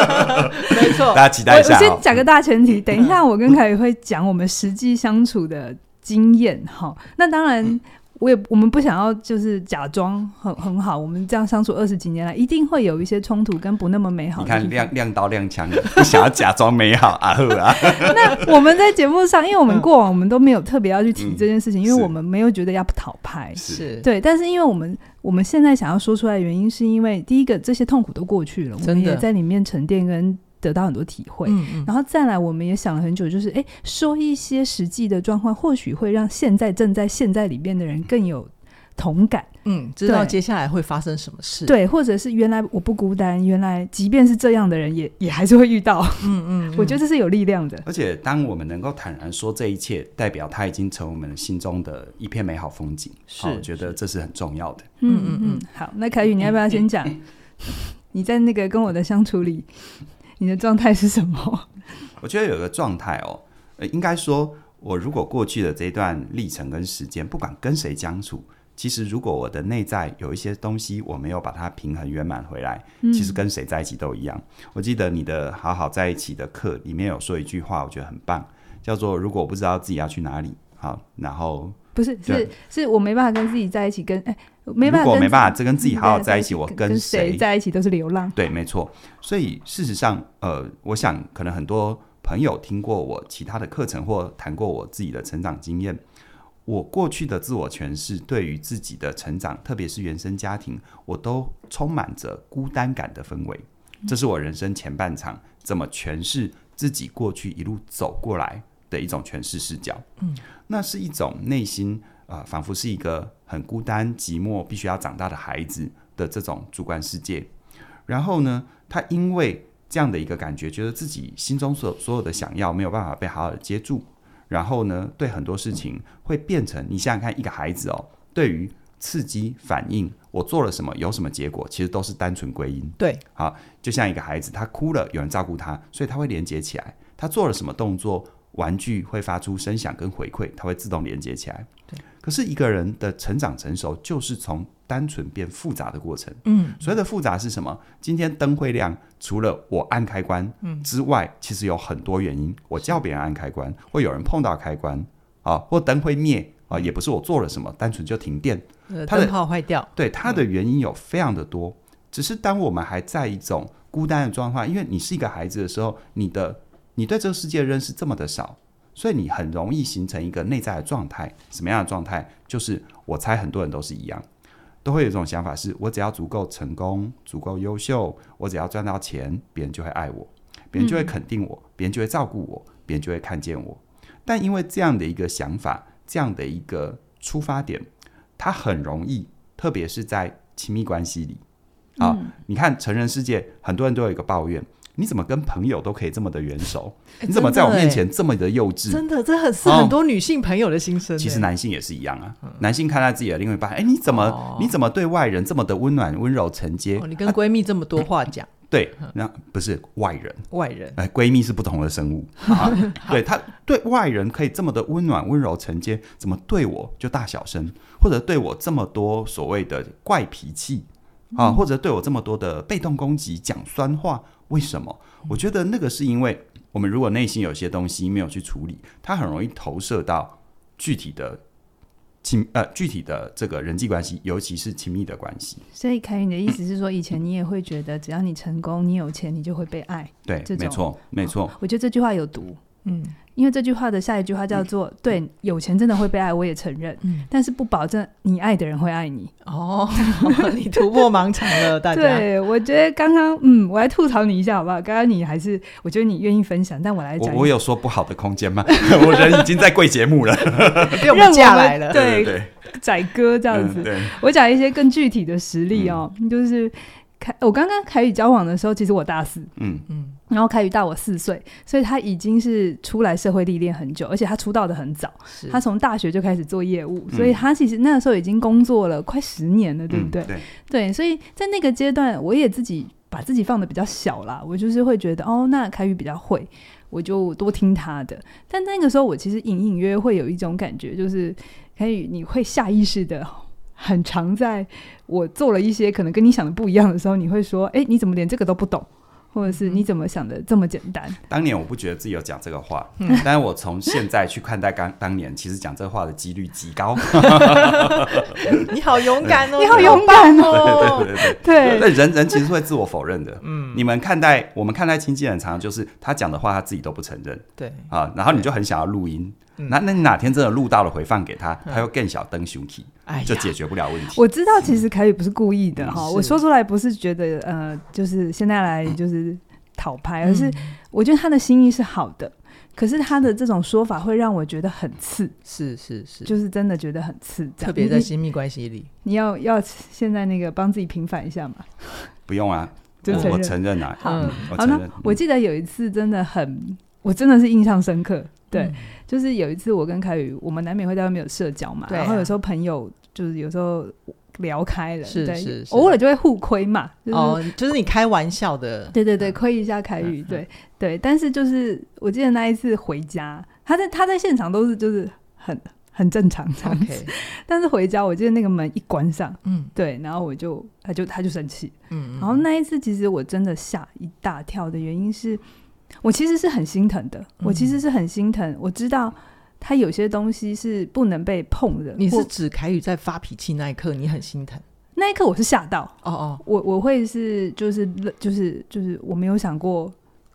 [SPEAKER 1] 没错
[SPEAKER 3] 大，家期待
[SPEAKER 2] 哦我
[SPEAKER 3] 一下哦嗯
[SPEAKER 2] 我先
[SPEAKER 3] 哈。
[SPEAKER 2] 讲个大前提，等一下我跟凯宇会讲我们实际相处的经验哈。那当
[SPEAKER 3] 嗯
[SPEAKER 2] 然，我也我们不想要就是假装很很好，我们这样相处二十几年来，一定会有一些冲突跟不那么美好
[SPEAKER 3] 你
[SPEAKER 2] 的
[SPEAKER 3] 看
[SPEAKER 2] 地
[SPEAKER 3] 亮
[SPEAKER 2] 方。
[SPEAKER 3] 亮刀亮枪的，不想要假装美好啊呵啊。
[SPEAKER 2] 那 我们在节目上，因为我们过往我们都没有特别要去提
[SPEAKER 3] 嗯
[SPEAKER 2] 这件事情，因
[SPEAKER 3] 是
[SPEAKER 2] 为我们没有觉得要讨拍。
[SPEAKER 1] 是
[SPEAKER 2] 对，但是因为我们我们现在想要说出来的原因，是因为第一个这些痛苦都过去了，我
[SPEAKER 1] 真
[SPEAKER 2] 们
[SPEAKER 1] 的
[SPEAKER 2] 也在里面沉淀跟得到很多体会。
[SPEAKER 1] 嗯嗯
[SPEAKER 2] 然后再来，我们也想了很久，就是诶，说一些实际的状况，或许会让现在正在现在里面的人更有同感，
[SPEAKER 1] 嗯，知道
[SPEAKER 2] 对
[SPEAKER 1] 接下来会发生什么事。，
[SPEAKER 2] 对，或者是原来我不孤单，原来即便是这样的人也，也还是会遇到，
[SPEAKER 1] 嗯嗯，
[SPEAKER 2] 我觉
[SPEAKER 1] 得
[SPEAKER 2] 得这是有力量的。
[SPEAKER 3] 而且，当我们能够坦然说这一切，代表它已经成为我们心中的一片美好风景。
[SPEAKER 1] 是
[SPEAKER 3] 好我觉得这是很重要的。
[SPEAKER 2] 嗯
[SPEAKER 1] 嗯
[SPEAKER 2] 嗯
[SPEAKER 1] 嗯
[SPEAKER 2] 嗯，好，那凯宇，你要不要 先讲？你在那个跟我的相处里，你的状态是什么？
[SPEAKER 3] 我觉得有一个状态哦，呃，应该说，我如果过去的这段历程跟时间，不管跟谁相处，其实如果我的内在有一些东西我没有把它平衡圆满回来，
[SPEAKER 2] 嗯
[SPEAKER 3] 其实跟谁在一起都一样。我记得你的好好在一起的课里面有说一句话，我觉得很棒，叫做“如果我不知道自己要去哪里”，好，然后
[SPEAKER 2] 不是，是
[SPEAKER 3] 对
[SPEAKER 2] 是我没办法跟自己在一起，跟哎，没
[SPEAKER 3] 如
[SPEAKER 2] 办法
[SPEAKER 3] 果
[SPEAKER 2] 跟
[SPEAKER 3] 没办法
[SPEAKER 2] 自
[SPEAKER 3] 这跟自己好好在一起，我
[SPEAKER 2] 跟跟
[SPEAKER 3] 谁
[SPEAKER 2] 谁在一起都是流浪。
[SPEAKER 3] 对，没错。所以事实上，呃，我想可能很多朋友听过我其他的课程或谈过我自己的成长经验。我过去的自我诠释对于自己的成长，特别是原生家庭，我都充满着孤单感的氛围。这是我人生前半场怎么诠释自己过去一路走过来的一种诠释视角。嗯，那是一种内心啊、呃仿佛是一个很孤单、寂寞、必须要长大的孩子的这种主观世界。然后呢，他因为这样的一个感觉，觉得自己心中所所有的想要没有办法被好好的接住，然后呢，对很多事情会变成你想想看，一个孩子哦，对于刺激、反应，我做了什么，有什么结果，其实都是单纯归因。
[SPEAKER 1] 对，
[SPEAKER 3] 就像一个孩子，他哭了，有人照顾他，所以他会连接起来。他做了什么动作，玩具会发出声响跟回馈，它会自动连接起来。
[SPEAKER 1] 对。
[SPEAKER 3] 可是一个人的成长成熟，就是从单纯变复杂的过程。
[SPEAKER 1] 嗯，
[SPEAKER 3] 所谓的复杂是什么？今天灯会亮，除了我按开关
[SPEAKER 1] 嗯
[SPEAKER 3] 之外，其实有很多原因。我叫别人按开关，或有人碰到开关啊，或灯会灭啊，也不是我做了什么，单纯就停电。
[SPEAKER 1] 呃
[SPEAKER 3] 他的
[SPEAKER 1] 灯泡坏掉，
[SPEAKER 3] 对它的原因有非常的多，只是当我们还在一种孤单的状况，因为你是一个孩子的时候，你的你对这个世界的认识这么的少，所以你很容易形成一个内在的状态。什么样的状态？就是我猜很多人都是一样，都会有一种想法是：我只要足够成功、足够优秀，我只要赚到钱，别人就会爱我，别人就会肯定我，别人就会照顾我，别人就会看见我。但因为这样的一个想法，这样的一个出发点，它很容易特别是在亲密关系里啊、
[SPEAKER 2] 嗯
[SPEAKER 3] 你看成人世界，很多人都有一个抱怨：你怎么跟朋友都可以这么的元熟？
[SPEAKER 1] 哎
[SPEAKER 3] 你怎么在我面？
[SPEAKER 1] 真的
[SPEAKER 3] 前这么的幼稚？
[SPEAKER 1] 哎真的，这很是
[SPEAKER 3] 哦
[SPEAKER 1] 很多女性朋友的心声。
[SPEAKER 3] 其实
[SPEAKER 1] 哎，
[SPEAKER 3] 男性也是一样啊，男性看待自己的另外一半，哎，你怎么、
[SPEAKER 1] 哦
[SPEAKER 3] 你怎么对外人这么的温暖、温柔承接？
[SPEAKER 1] 哦你跟嗯闺蜜这么多话 讲，
[SPEAKER 3] 对，那不是外人，
[SPEAKER 1] 外人
[SPEAKER 3] 哎，闺蜜是不同的 生物，啊、 对她对外人可以这么的温暖、温柔承接，怎么对我就大小声，或者对我这么多所谓的怪脾气啊，
[SPEAKER 2] 嗯
[SPEAKER 3] 或者对我这么多的被动攻击、讲酸话，为什么？我觉得那个是因为我们如果内心有些东西没有去处理，它很容易投射到具体的亲呃具体的这个人际关系，尤其是亲密的关系。
[SPEAKER 2] 所以凯宇，你的意思是说，以前你也会觉得，只要你成功，你有钱，你就会被爱。
[SPEAKER 3] 对
[SPEAKER 2] 这，种
[SPEAKER 3] 没错，没错。
[SPEAKER 2] 我觉得这句话有毒，
[SPEAKER 1] 嗯，
[SPEAKER 2] 因为这句话的下一句话叫做“对，有钱真的会被爱，我也承认，
[SPEAKER 1] 嗯
[SPEAKER 2] 但是不保证你爱的人会爱你”。
[SPEAKER 1] 哦， 你突破盲场了，大家。
[SPEAKER 2] 对，我觉得刚刚，嗯，我来吐槽你一下好不好？刚刚你还是，我觉得你愿意分享，但我来
[SPEAKER 3] 我
[SPEAKER 2] 讲，
[SPEAKER 3] 我有说不好的空间吗？ 我人已经在贵节目了。
[SPEAKER 1] 被我
[SPEAKER 2] 让
[SPEAKER 1] 们
[SPEAKER 2] 我
[SPEAKER 1] 架
[SPEAKER 2] 们
[SPEAKER 1] 来了。
[SPEAKER 2] 对
[SPEAKER 3] 对，
[SPEAKER 2] 宰割这
[SPEAKER 3] 这
[SPEAKER 2] 样子。
[SPEAKER 3] 嗯对，嗯
[SPEAKER 2] 我讲一些更具体的实例哦，就是凯，我刚跟凯宇交往的时候，其实我大四，
[SPEAKER 3] 嗯，
[SPEAKER 1] 嗯，
[SPEAKER 2] 然后凯宇大我四岁，所以他已经是出来社会历练很久，而且他出道的很早，
[SPEAKER 1] 嗯是
[SPEAKER 2] 他从大学就开始做业务，
[SPEAKER 3] 嗯
[SPEAKER 2] 所以他其实那个时候已经工作了快十年了，对不
[SPEAKER 3] 嗯
[SPEAKER 2] 对？
[SPEAKER 3] 对，
[SPEAKER 2] 对，所以在那个阶段，我也自己把自己放的比较小啦，我就是会觉得哦，那凯宇比较会，我就多听他的。但那个时候，我其实隐隐约约会有一种感觉，就是凯宇，你会下意识的。很常在我做了一些可能跟你想的不一样的时候，你会说：“哎、你怎么连这个都不懂？”或者是“你怎么想的这么简单
[SPEAKER 3] 当年我不觉得自己有讲这个话，
[SPEAKER 2] 嗯
[SPEAKER 3] 但是我从现在去看待刚当年，其实讲这话的几率 极高。
[SPEAKER 1] 你好勇敢哦，
[SPEAKER 2] 你好勇敢
[SPEAKER 1] 哦，
[SPEAKER 3] 对对？”
[SPEAKER 2] 对，
[SPEAKER 3] 对，人人其实会自我否认的。嗯，你们看待我们看待亲近人，常常就是他讲的话他自己都不承认
[SPEAKER 1] 对，
[SPEAKER 2] 嗯
[SPEAKER 3] 啊，然后你就很想要录音。那那你哪天真的录到了回放给他，他又更小灯熊气，
[SPEAKER 1] 哎呀，
[SPEAKER 3] 就解决不了问题。
[SPEAKER 2] 嗯我知道，其实凯宇不是故意的哈，
[SPEAKER 1] 是
[SPEAKER 2] 我说出来不是觉得呃，就是现在来就是讨
[SPEAKER 1] 嗯
[SPEAKER 2] 拍，
[SPEAKER 1] 哎
[SPEAKER 2] 而是我觉得他的心意是好的，可是他的这种说法会让我觉得很刺，
[SPEAKER 1] 是是是，
[SPEAKER 2] 就是真的觉得很刺，这样
[SPEAKER 1] 特别在
[SPEAKER 2] 你
[SPEAKER 1] 亲密关系里，
[SPEAKER 2] 你要要现在那个帮自己平反一下嘛。
[SPEAKER 3] 不用啊，
[SPEAKER 2] 就
[SPEAKER 3] 我
[SPEAKER 2] 承
[SPEAKER 3] 我
[SPEAKER 2] 认
[SPEAKER 3] 承认啊，
[SPEAKER 1] 好
[SPEAKER 3] 嗯，我
[SPEAKER 2] 好，
[SPEAKER 3] 承
[SPEAKER 2] 那
[SPEAKER 3] 认。
[SPEAKER 2] 我
[SPEAKER 3] 嗯
[SPEAKER 2] 记得有一次真的很，我真的是印象深刻，对，
[SPEAKER 1] 嗯
[SPEAKER 2] 就是有一次我跟凯宇，我们难免会在外面有社交嘛，
[SPEAKER 1] 对啊
[SPEAKER 2] 然后有时候朋友就是有时候聊开了，
[SPEAKER 1] 是
[SPEAKER 2] 对
[SPEAKER 1] 是是
[SPEAKER 2] 偶尔就会互亏嘛，就是
[SPEAKER 1] 哦，就是你开玩笑的，嗯
[SPEAKER 2] 对对对，亏一下凯宇，对对，但是就是我记得那一次回家，他在他在现场都是就是很很正常这样子
[SPEAKER 1] OK，
[SPEAKER 2] 但是回家我记得那个门一关上，
[SPEAKER 1] 嗯
[SPEAKER 2] 对，然后我就他就他就生气，
[SPEAKER 1] 嗯，嗯
[SPEAKER 2] 然后那一次其实我真的吓一大跳的原因是，我其实是很心疼的，我其
[SPEAKER 1] 嗯
[SPEAKER 2] 实是很心疼，我知道他有些东西是不能被碰的，
[SPEAKER 1] 你是
[SPEAKER 2] 我
[SPEAKER 1] 指凯宇在发脾气那一刻，你很心疼，
[SPEAKER 2] 那一刻我是吓到，
[SPEAKER 1] 哦哦，
[SPEAKER 2] 我我会是就是就是就是我没有想过，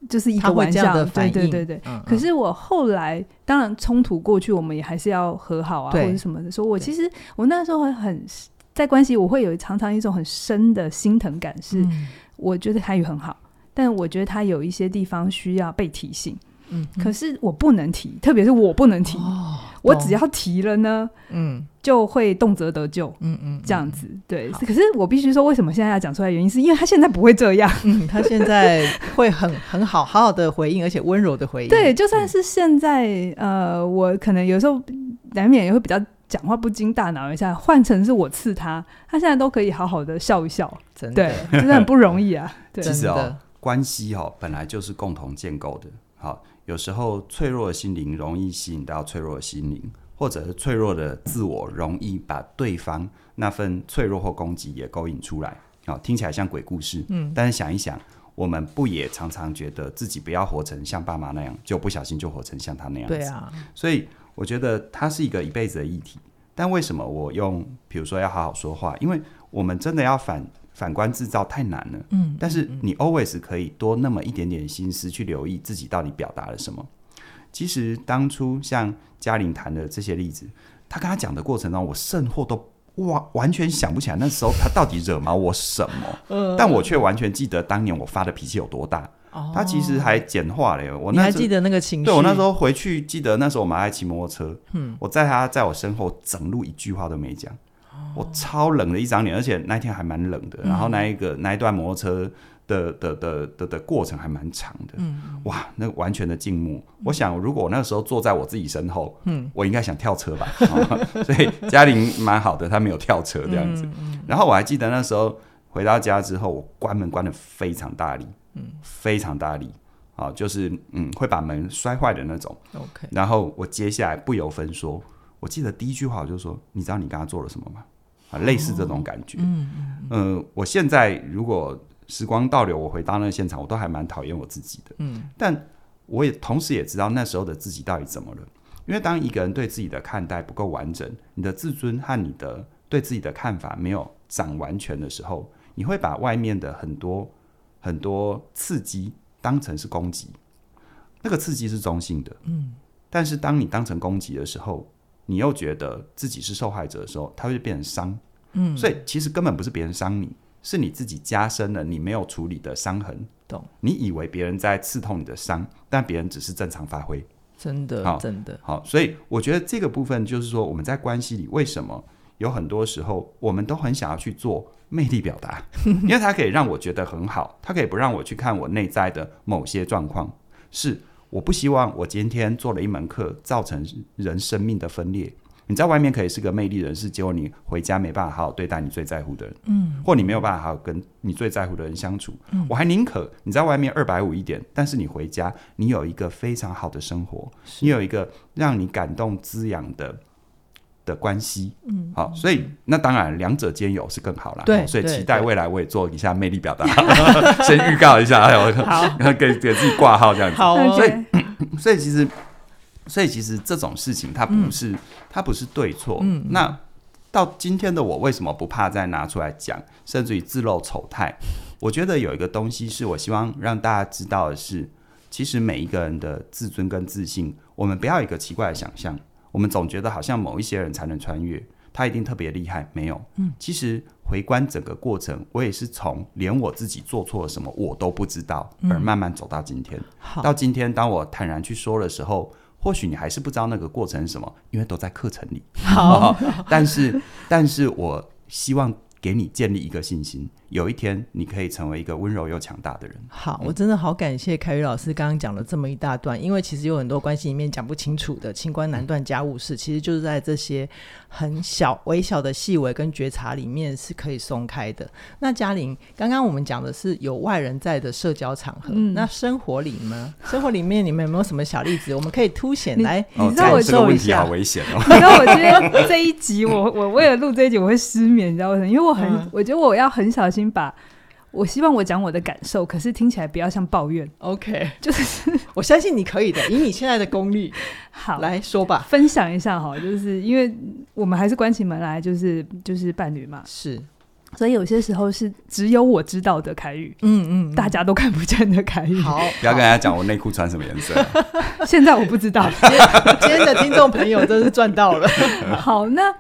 [SPEAKER 2] 就是一
[SPEAKER 1] 他
[SPEAKER 2] 个
[SPEAKER 1] 会
[SPEAKER 2] 玩
[SPEAKER 1] 这样
[SPEAKER 2] 笑，
[SPEAKER 1] 的反
[SPEAKER 2] 对
[SPEAKER 1] 应，
[SPEAKER 2] 对对对。
[SPEAKER 1] 嗯，
[SPEAKER 2] 可
[SPEAKER 1] 嗯
[SPEAKER 2] 是我后来，当然冲突过去，我们也还是要和好啊，或
[SPEAKER 1] 对
[SPEAKER 2] 者什么的。所以，我
[SPEAKER 1] 对
[SPEAKER 2] 其实我那时候会很在关系，我会有常常一种很深的心疼感是，
[SPEAKER 1] 嗯
[SPEAKER 2] 我觉得台语很好，但我觉得他有一些地方需要被提醒，
[SPEAKER 1] 嗯，
[SPEAKER 2] 可是我不能提，特别是我不能提，
[SPEAKER 1] 哦，
[SPEAKER 2] 我
[SPEAKER 1] 懂
[SPEAKER 2] 只要提了呢，
[SPEAKER 1] 嗯
[SPEAKER 2] 就会动辄得咎。
[SPEAKER 1] 嗯嗯，
[SPEAKER 2] 这样子，对。
[SPEAKER 1] 好
[SPEAKER 2] 可是我必须说，为什么现在要讲出来？原因是因为他现在不会这样。
[SPEAKER 1] 嗯，他现在会很很好好好的回应，而且温柔的回应，
[SPEAKER 2] 对，就算是现在，呃，我可能有时候难免也会比较讲话不经大脑一下，换成是我刺他，他现在都可以好好的笑一笑。
[SPEAKER 1] 真的
[SPEAKER 2] 对，真的很不容易啊。对
[SPEAKER 3] 其，实
[SPEAKER 1] 真
[SPEAKER 3] 哦
[SPEAKER 1] 的，
[SPEAKER 3] 关系哦本来就是共同建构的。好，有时候脆弱的心灵容易吸引到脆弱的心灵，或者是脆弱的自我容易把对方那份脆弱或攻击也勾引出来。好，听起来像鬼故事，嗯，但是想一想，我们不也常常觉得自己不要活成像爸妈那样，就不小心就活成像他那样子。
[SPEAKER 1] 对啊，
[SPEAKER 3] 所以我觉得它是一个一辈子的议题。但为什么我用，比如说要好好说话？因为我们真的要反反观制造太难了。嗯，但是你 always 可以多那么一点点心思去留意自己到底表达了什么。其实当初像嘉玲谈的这些例子，她跟她讲的过程中，我甚或都哇完全想不起来那时候她到底惹毛我什么，但我却完全记得当年我发的脾气有多大。
[SPEAKER 1] 哦
[SPEAKER 3] 她其实还简化了耶，我
[SPEAKER 1] 你
[SPEAKER 3] 那
[SPEAKER 1] 还
[SPEAKER 3] 时候
[SPEAKER 1] 记得那个情绪？
[SPEAKER 3] 对我那时候回去，记得那时候我们还骑摩托车，嗯，我在他在我身后整路一句话都没讲，我超冷的一张脸，而且那天还蛮冷的，然后那一个那一段摩托车的的的的的过程还蛮长的，嗯，哇，那完全的静默。我想，如果我那时候坐在我自己身后，嗯，我应该想跳车吧， 哦所以嘉玲蛮好的，她没有跳车这样子。然后我还记得那时候回到家之后，我关门关的非常大力，嗯，非常大力。啊，就是嗯，会把门摔坏的那种。
[SPEAKER 1] OK，
[SPEAKER 3] 然后我接下来不由分说，我记得第一句话我就说：“你知道你刚刚做了什么吗？”啊，类似这种感觉。嗯嗯、呃，我现在如果时光倒流，我回到那个现场，我都还蛮讨厌我自己的。嗯，但我也同时也知道那时候的自己到底怎么了，因为当一个人对自己的看待不够完整，你的自尊和你的对自己的看法没有长完全的时候，你会把外面的很多很多刺激当成是攻击，那个刺激是中性的。但是当你当成攻击的时候，你又觉得自己是受害者的时候，它会变成伤。嗯，所以其实根本不是别人伤你，是你自己加深了你没有处理的伤痕。
[SPEAKER 1] 懂？
[SPEAKER 3] 你以为别人在刺痛你的伤，但别人只是正常发挥。
[SPEAKER 1] 真的
[SPEAKER 3] 好
[SPEAKER 1] 真的
[SPEAKER 3] 好，所以我觉得这个部分就是说，我们在关系里为什么有很多时候我们都很想要去做魅力表达，因为它可以让我觉得很好，它可以不让我去看我内在的某些状况。是我不希望我今天做了一门课，造成人生命的分裂。你在外面可以是个魅力人士，结果你回家没办法好好对待你最在乎的人，嗯，或你没有办法好好跟你最在乎的人相处。
[SPEAKER 1] 嗯
[SPEAKER 3] 我还宁可你在外面二百五一点，但是你回家，你有一个非常好的生活，你有一个让你感动滋养的的关系，嗯，好，所以那当然两者兼有是更好啦。
[SPEAKER 1] 对
[SPEAKER 3] 哦所以
[SPEAKER 1] 对
[SPEAKER 3] 期待
[SPEAKER 1] 对
[SPEAKER 3] 未来我也做一下魅力表达， 先预告一下，哎呦，然后给给自己挂号这样子。
[SPEAKER 1] 好 哦
[SPEAKER 3] 所 以
[SPEAKER 2] OK，
[SPEAKER 3] 所以其实，所以其实这种事情它不是、它不是对错。嗯，那到今天的我为什么不怕再拿出来讲，甚至于自露丑 态？我觉得有一个东西是我希望让大家知道的是，其实每一个人的自尊跟自信，我们不要有一个奇怪的想象，我们总觉得好像某一些人才能穿越，他一定特别厉害，没有。嗯，其实回观整个过程，我也是从连我自己做错了什么我都不知道，而慢慢走到今天。
[SPEAKER 1] 好
[SPEAKER 3] 到今天，当我坦然去说的时候，或许你还是不知道那个过程是什么，因为都在课程里。
[SPEAKER 1] 好，
[SPEAKER 3] 但是，但是我希望给你建立一个信心，有一天你可以成为一个温柔又强大的人。
[SPEAKER 1] 好，我真的好感谢凯宇老师刚刚讲了这么一大段，因为其实有很多关系里面讲不清楚的清官
[SPEAKER 3] 嗯
[SPEAKER 1] 难断家务事，其实就是在这些很小、微小的细微跟觉察里面是可以松开的。那嘉玲，刚刚我们讲的是有外人在的社交场合，
[SPEAKER 2] 嗯
[SPEAKER 1] 那生活里呢？生活里面你们有没有什么小例子，我们可以凸显
[SPEAKER 2] 你
[SPEAKER 1] 来？
[SPEAKER 2] 你知道
[SPEAKER 3] 哦这
[SPEAKER 2] 我
[SPEAKER 3] 个这个问
[SPEAKER 1] 一
[SPEAKER 3] 题
[SPEAKER 1] 下
[SPEAKER 3] 好危险哦。
[SPEAKER 2] 你知道我今天这一集，我我为了录这一集，我会失眠，你知道为什么？因为我很，
[SPEAKER 1] 嗯
[SPEAKER 2] 我觉得我要很小心把。我希望我讲我的感受，可是听起来不要像抱怨。
[SPEAKER 1] OK，就是我相信你可以的，以你现在的功力
[SPEAKER 2] 好，
[SPEAKER 1] 来说吧。
[SPEAKER 2] 分享一下哈，就是因为我们还是关起门来，就是就是伴侣嘛，
[SPEAKER 1] 是，
[SPEAKER 2] 所以有些时候是只有我知道的凯宇，
[SPEAKER 1] 嗯嗯，
[SPEAKER 2] 大家都看不见的凯宇。
[SPEAKER 1] 好，
[SPEAKER 3] 不要跟大家讲我内裤穿什么颜 色，
[SPEAKER 2] 现在我不知道。
[SPEAKER 1] 今天的听众朋友真是赚到了。
[SPEAKER 2] 好，那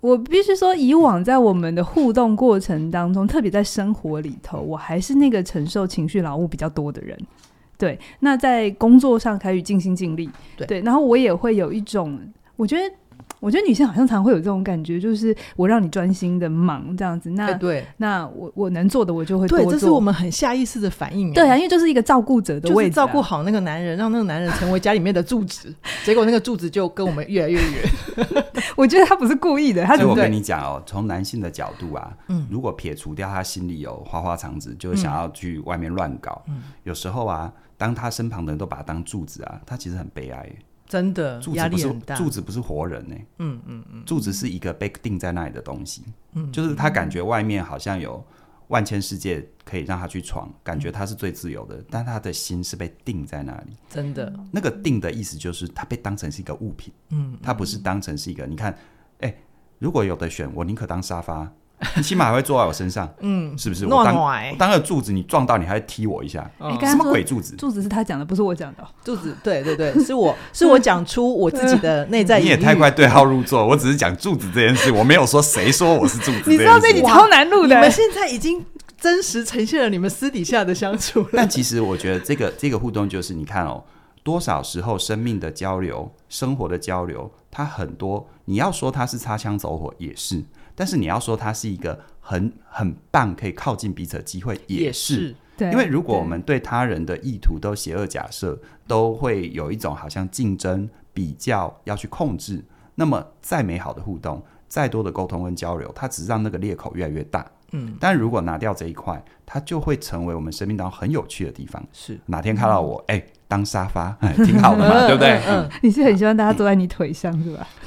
[SPEAKER 2] 我必须说，以往在我们的互动过程当中，特别在生活里头，我还是那个承受情绪劳务比较多的人。对，那在工作上凯宇尽心尽力。
[SPEAKER 1] 对
[SPEAKER 2] 然后我也会有一种，我觉得。我觉得女性好像常会有这种感觉，就是我让你专心的忙这样子，那、
[SPEAKER 1] 哎，对。
[SPEAKER 2] 那我我能做的我就会多
[SPEAKER 1] 对，
[SPEAKER 2] 做。
[SPEAKER 1] 这是我们很下意识的反应。哎
[SPEAKER 2] 对啊，，因为就是一个照顾者的
[SPEAKER 1] 就
[SPEAKER 2] 位
[SPEAKER 1] 是
[SPEAKER 2] 置啊、
[SPEAKER 1] 照顾好 那个男人，让那个男人成为家里面的柱子。结果那个柱子就跟我们越来越远。
[SPEAKER 2] 我觉得他不是故意的，他
[SPEAKER 3] 所以我
[SPEAKER 2] 只
[SPEAKER 3] 跟
[SPEAKER 2] 是
[SPEAKER 3] 你讲哦，从男性的角度啊，
[SPEAKER 1] 嗯
[SPEAKER 3] 如果撇除掉他心里有花花肠子，就是想要去外面乱搞，
[SPEAKER 1] 嗯
[SPEAKER 3] 有时候啊，当他身旁的人都把他当柱子啊，他其实很悲哀耶。
[SPEAKER 1] 真的
[SPEAKER 3] 柱
[SPEAKER 1] 呃压
[SPEAKER 3] 子不
[SPEAKER 1] 力
[SPEAKER 3] 是
[SPEAKER 1] 很大。
[SPEAKER 3] 柱子不是活人呢、嗯嗯嗯，柱子是一个被定在那里的东西，嗯，就是他感觉外面好像有万千世界可以让他去闯，感觉他是最自由的，但他的心是被定在那里。
[SPEAKER 1] 真的，
[SPEAKER 3] 那个定的意思就是它被当成是一个物品，嗯，它不是当成是一个。你看，哎、如果有的选，我宁可当沙发， 你起码还会坐在我身上，嗯，是不是？我
[SPEAKER 1] 暖
[SPEAKER 3] 当
[SPEAKER 1] 暖
[SPEAKER 3] 我当个柱子，你撞到你还会踢我一下，
[SPEAKER 2] 哎，刚
[SPEAKER 3] 什
[SPEAKER 2] 刚
[SPEAKER 3] 么
[SPEAKER 2] 说
[SPEAKER 3] 鬼柱子？
[SPEAKER 2] 柱子是他讲的，不是我讲的哦。
[SPEAKER 1] 柱子，对对对，是我 是我讲出我自己的内 在
[SPEAKER 3] 你
[SPEAKER 1] 隐
[SPEAKER 3] 也
[SPEAKER 1] 喻。
[SPEAKER 3] 太快对号入座，我只是讲柱子这件事，我没有说谁说我是柱子
[SPEAKER 2] 你知道这
[SPEAKER 3] 件
[SPEAKER 2] 集
[SPEAKER 3] 事。
[SPEAKER 2] 超难录
[SPEAKER 1] 你
[SPEAKER 2] 的，
[SPEAKER 1] 们现在已经真实呈现了你们私底下的相处了。
[SPEAKER 3] 但其实我觉得这个这个互动就是，你看哦，多少时候生命的交流、生活的交流，它很多，你要说它是擦枪走火也是，但是你要说它是一个很很棒可以靠近彼此的机会也是。
[SPEAKER 2] 对，
[SPEAKER 3] 因为如果
[SPEAKER 2] 对
[SPEAKER 3] 我们对他人的意图都邪恶假设，都会有一种好像竞争、比较要去控制，那么再美好的互动，再多的沟通跟交流，它只是让那个裂口越来越大。嗯，但如果拿掉这一块，它就会成为我们生命当中很有趣的地方。
[SPEAKER 1] 是
[SPEAKER 3] 哪天看到我，哎、当沙发，哎，挺好的 嘛，对不对？
[SPEAKER 1] 嗯，
[SPEAKER 2] 你是很希望大家坐在你腿上是吧？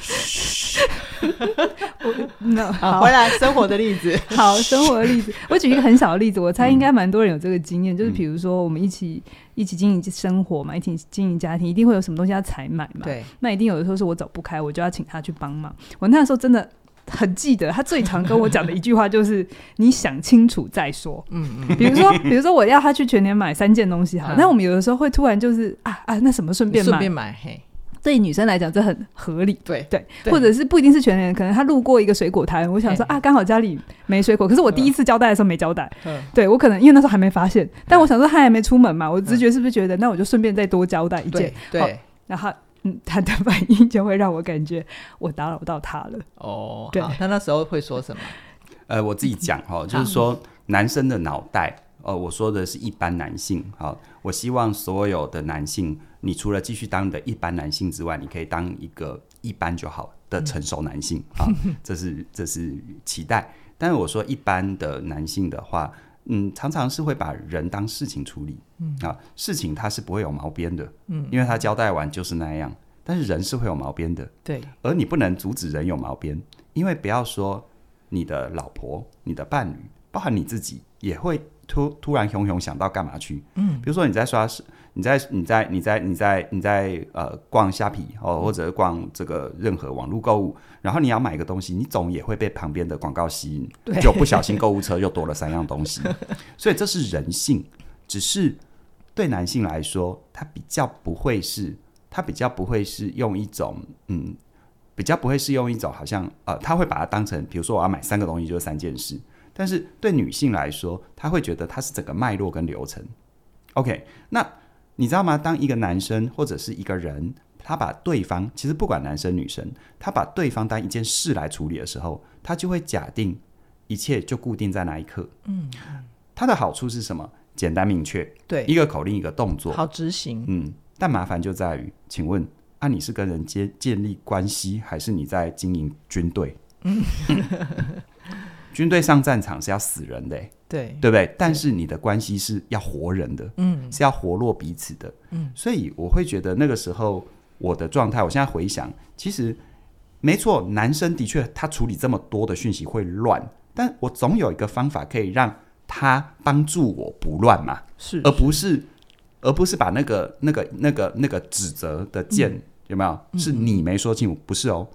[SPEAKER 2] 我
[SPEAKER 3] 啊
[SPEAKER 2] 那
[SPEAKER 1] 好，
[SPEAKER 2] 好
[SPEAKER 1] 回来生活的例子，
[SPEAKER 2] 好生活的例 子，我举一个很小的例子，我猜应
[SPEAKER 3] 嗯
[SPEAKER 2] 该蛮多人有这个经验，就是比如说我们一起一起经营生活嘛，一起经营家庭，一定会有什么东西要采买嘛，
[SPEAKER 1] 对，
[SPEAKER 2] 那一定有的时候是我走不开，我就要请他去帮忙。我那时候真的很记得，他最常跟我讲的一句话就是 “你想清楚再说”。
[SPEAKER 1] 嗯
[SPEAKER 2] 比如 说，比如说我要他去全年买三件东西好，
[SPEAKER 1] 嗯
[SPEAKER 2] 那我们有的时候会突然就是啊啊，那什么顺
[SPEAKER 1] 嗯，
[SPEAKER 2] 便
[SPEAKER 1] 顺
[SPEAKER 2] 买，
[SPEAKER 1] 便买，嘿，
[SPEAKER 2] 对女生来讲这很合理。
[SPEAKER 1] 对，
[SPEAKER 2] 对，
[SPEAKER 1] 对
[SPEAKER 2] 或者是不一定是全年，可能他路过一个水果摊，我想说
[SPEAKER 1] 嘿
[SPEAKER 2] 啊，刚好家里没水果，可是我第一次交代的时候没交代，
[SPEAKER 1] 嗯，
[SPEAKER 2] 对我可能因为那时候还没发现，但我想说他还没出门嘛，我直觉是不是觉得那我就顺便再多交代一件
[SPEAKER 1] 嗯对，对，
[SPEAKER 2] 然后嗯，他的反应就会让我感觉我打扰到他了。
[SPEAKER 1] 哦，
[SPEAKER 2] 对
[SPEAKER 1] 好，他那时候会说什么？
[SPEAKER 3] 呃，我自己讲哈，就是说男生的脑袋，呃，我说的是一般男性。好，我希望所有的男性，你除了继续当你的一般男性之外，你可以当一个一般就好的成熟男 性。好，这是这是期待。但是我说一般的男性的话，嗯，常常是会把人当事情处理。嗯啊，事情它是不会有毛边的。嗯，因为他交代完就是那样。但是人是会有毛边的。
[SPEAKER 1] 对，
[SPEAKER 3] 而你不能阻止人有毛边，因为不要说你的老婆、你的伴侣，包含你自己，也会突突然熊熊想到干嘛去。嗯，比如说你在刷视，你在你在你在你在你在呃逛虾皮哦，或者是逛这个任何网络购物，然后你要买一个东西，你总也会被旁边的广告吸引，
[SPEAKER 1] 对
[SPEAKER 3] 就不小心购物车又多了三样东西，所以这是人性，只是对男性来说，他比较不会是，他比较不会是用一种嗯，比较不会是用一种好像呃，他会把它当成，比如说我啊要买三个东西就是三件事，但是对女性来说，她会觉得它是整个脉络跟流程。OK，那你知道吗？当一个男生或者是一个人，他把对方其实不管男生女生，他把对方当一件事来处理的时候，他就会假定一切就固定在那一刻。嗯，它的好处是什么？简单明确，一
[SPEAKER 1] 对，
[SPEAKER 3] 个口令一个动作。
[SPEAKER 1] 好执行，
[SPEAKER 3] 嗯，但麻烦就在于，请问，啊，你是跟人建建立关系，还是你在经营军队？ 军队上战场是要死人的、欸
[SPEAKER 1] 对，
[SPEAKER 3] 对不对？但是你的关系是要活人的，嗯，是要活络彼此的，嗯，所以我会觉得那个时候我的状态，我现在回想，其实没错，男生的确他处理这么多的讯息会乱，但我总有一个方法可以让他帮助我不乱嘛，
[SPEAKER 1] 是
[SPEAKER 3] 而不是而不是把那个那个那个那个指责的剑、
[SPEAKER 1] 嗯
[SPEAKER 3] 有没有？是你没说清楚，不是哦。